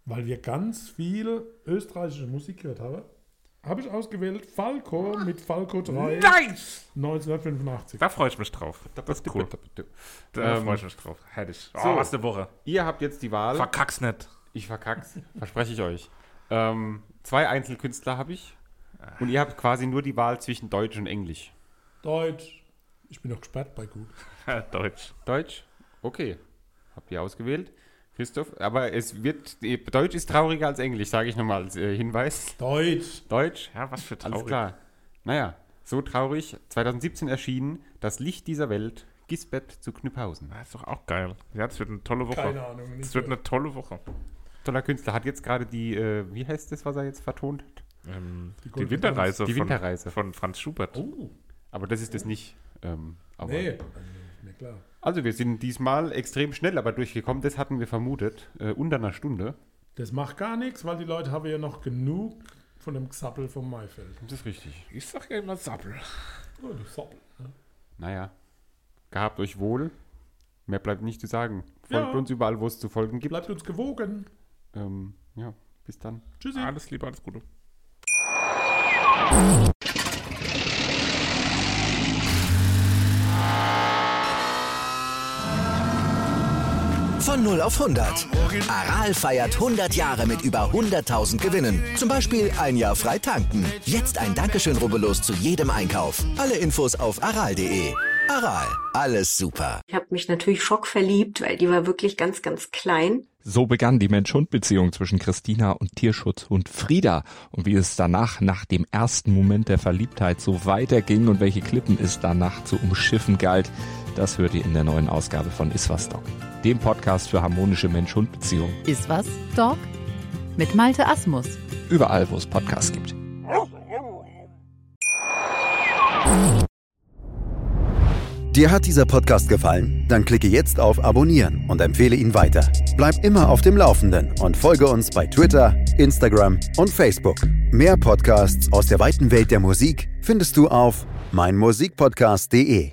Speaker 2: weil wir ganz viel österreichische Musik gehört haben, habe ich ausgewählt Falco mit Falco 3
Speaker 1: Nice!
Speaker 2: 1985.
Speaker 1: Da freue ich mich drauf. Das ist cool. Ähm, Da freue ich mich drauf. Herrlich. Oh,
Speaker 3: so.
Speaker 1: was eine Woche.
Speaker 3: Ihr habt jetzt die Wahl.
Speaker 1: Verkack's nicht.
Speaker 3: Ich verkack's, [LAUGHS] verspreche ich euch. Ähm, zwei Einzelkünstler habe ich. Und ihr habt quasi nur die Wahl zwischen Deutsch und Englisch.
Speaker 2: Deutsch. Ich bin noch gesperrt bei gut.
Speaker 1: Deutsch.
Speaker 3: Deutsch? Okay. Habt ihr ausgewählt. Christoph, aber es wird. Deutsch ist trauriger als Englisch, sage ich nochmal als äh, Hinweis.
Speaker 2: Deutsch.
Speaker 3: Deutsch?
Speaker 1: Ja, was für traurig.
Speaker 3: Alles klar. Naja, so traurig. 2017 erschienen Das Licht dieser Welt, Gisbert zu Knüpphausen.
Speaker 1: Das ist doch auch geil. Ja, das wird eine tolle Woche.
Speaker 2: Keine Ahnung.
Speaker 1: Es wird eine tolle Woche.
Speaker 3: Toller Künstler hat jetzt gerade die, äh, wie heißt das, was er jetzt vertont hat?
Speaker 1: die,
Speaker 2: Goldene
Speaker 1: Winterreise,
Speaker 3: Gans. Die
Speaker 1: von,
Speaker 3: Winterreise.
Speaker 1: von Franz Schubert.
Speaker 2: Oh,
Speaker 3: Also Aber das ist es nicht. Ähm, aber
Speaker 2: nee. Also, Na klar.
Speaker 3: Also wir sind diesmal extrem schnell aber durchgekommen, das hatten wir vermutet, äh, unter einer Stunde.
Speaker 2: Das macht gar nichts, weil die Leute haben ja noch genug von dem Gesappel vom Maifeld.
Speaker 3: Das ist richtig.
Speaker 1: Ich sag ja immer Sappel.
Speaker 2: Oh, du Sappel.
Speaker 3: Naja, gehabt euch wohl. Mehr bleibt nicht zu sagen. Folgt
Speaker 2: Ja.
Speaker 3: uns überall, wo es zu folgen gibt.
Speaker 2: Bleibt uns gewogen.
Speaker 3: Ähm, ja, bis dann.
Speaker 2: Tschüssi.
Speaker 1: Alles Liebe, alles Gute.
Speaker 4: Von 0 auf 100. Aral feiert 100 Jahre mit über 100.000 Gewinnen. Zum Beispiel ein Jahr frei tanken. Jetzt ein Dankeschön, rubbellos zu jedem Einkauf. Alle Infos auf aral.de. Aral, alles super.
Speaker 10: Ich habe mich natürlich schockverliebt, weil die war wirklich ganz, ganz klein.
Speaker 11: So begann die Mensch-Hund-Beziehung zwischen Christina und Tierschutzhund Frieda. Und wie es danach, nach dem ersten Moment der Verliebtheit, so weiterging und welche Klippen es danach zu umschiffen galt, das hört ihr in der neuen Ausgabe von Iswas Dog, dem Podcast für harmonische Mensch-Hund-Beziehungen.
Speaker 8: Ist was, Dog? Mit Malte Asmus.
Speaker 11: Überall, wo es Podcasts gibt.
Speaker 4: Dir hat dieser Podcast gefallen? Dann klicke jetzt auf Abonnieren und empfehle ihn weiter. Bleib immer auf dem Laufenden und folge uns bei Twitter, Instagram und Facebook. Mehr Podcasts aus der weiten Welt der Musik findest du auf meinmusikpodcast.de.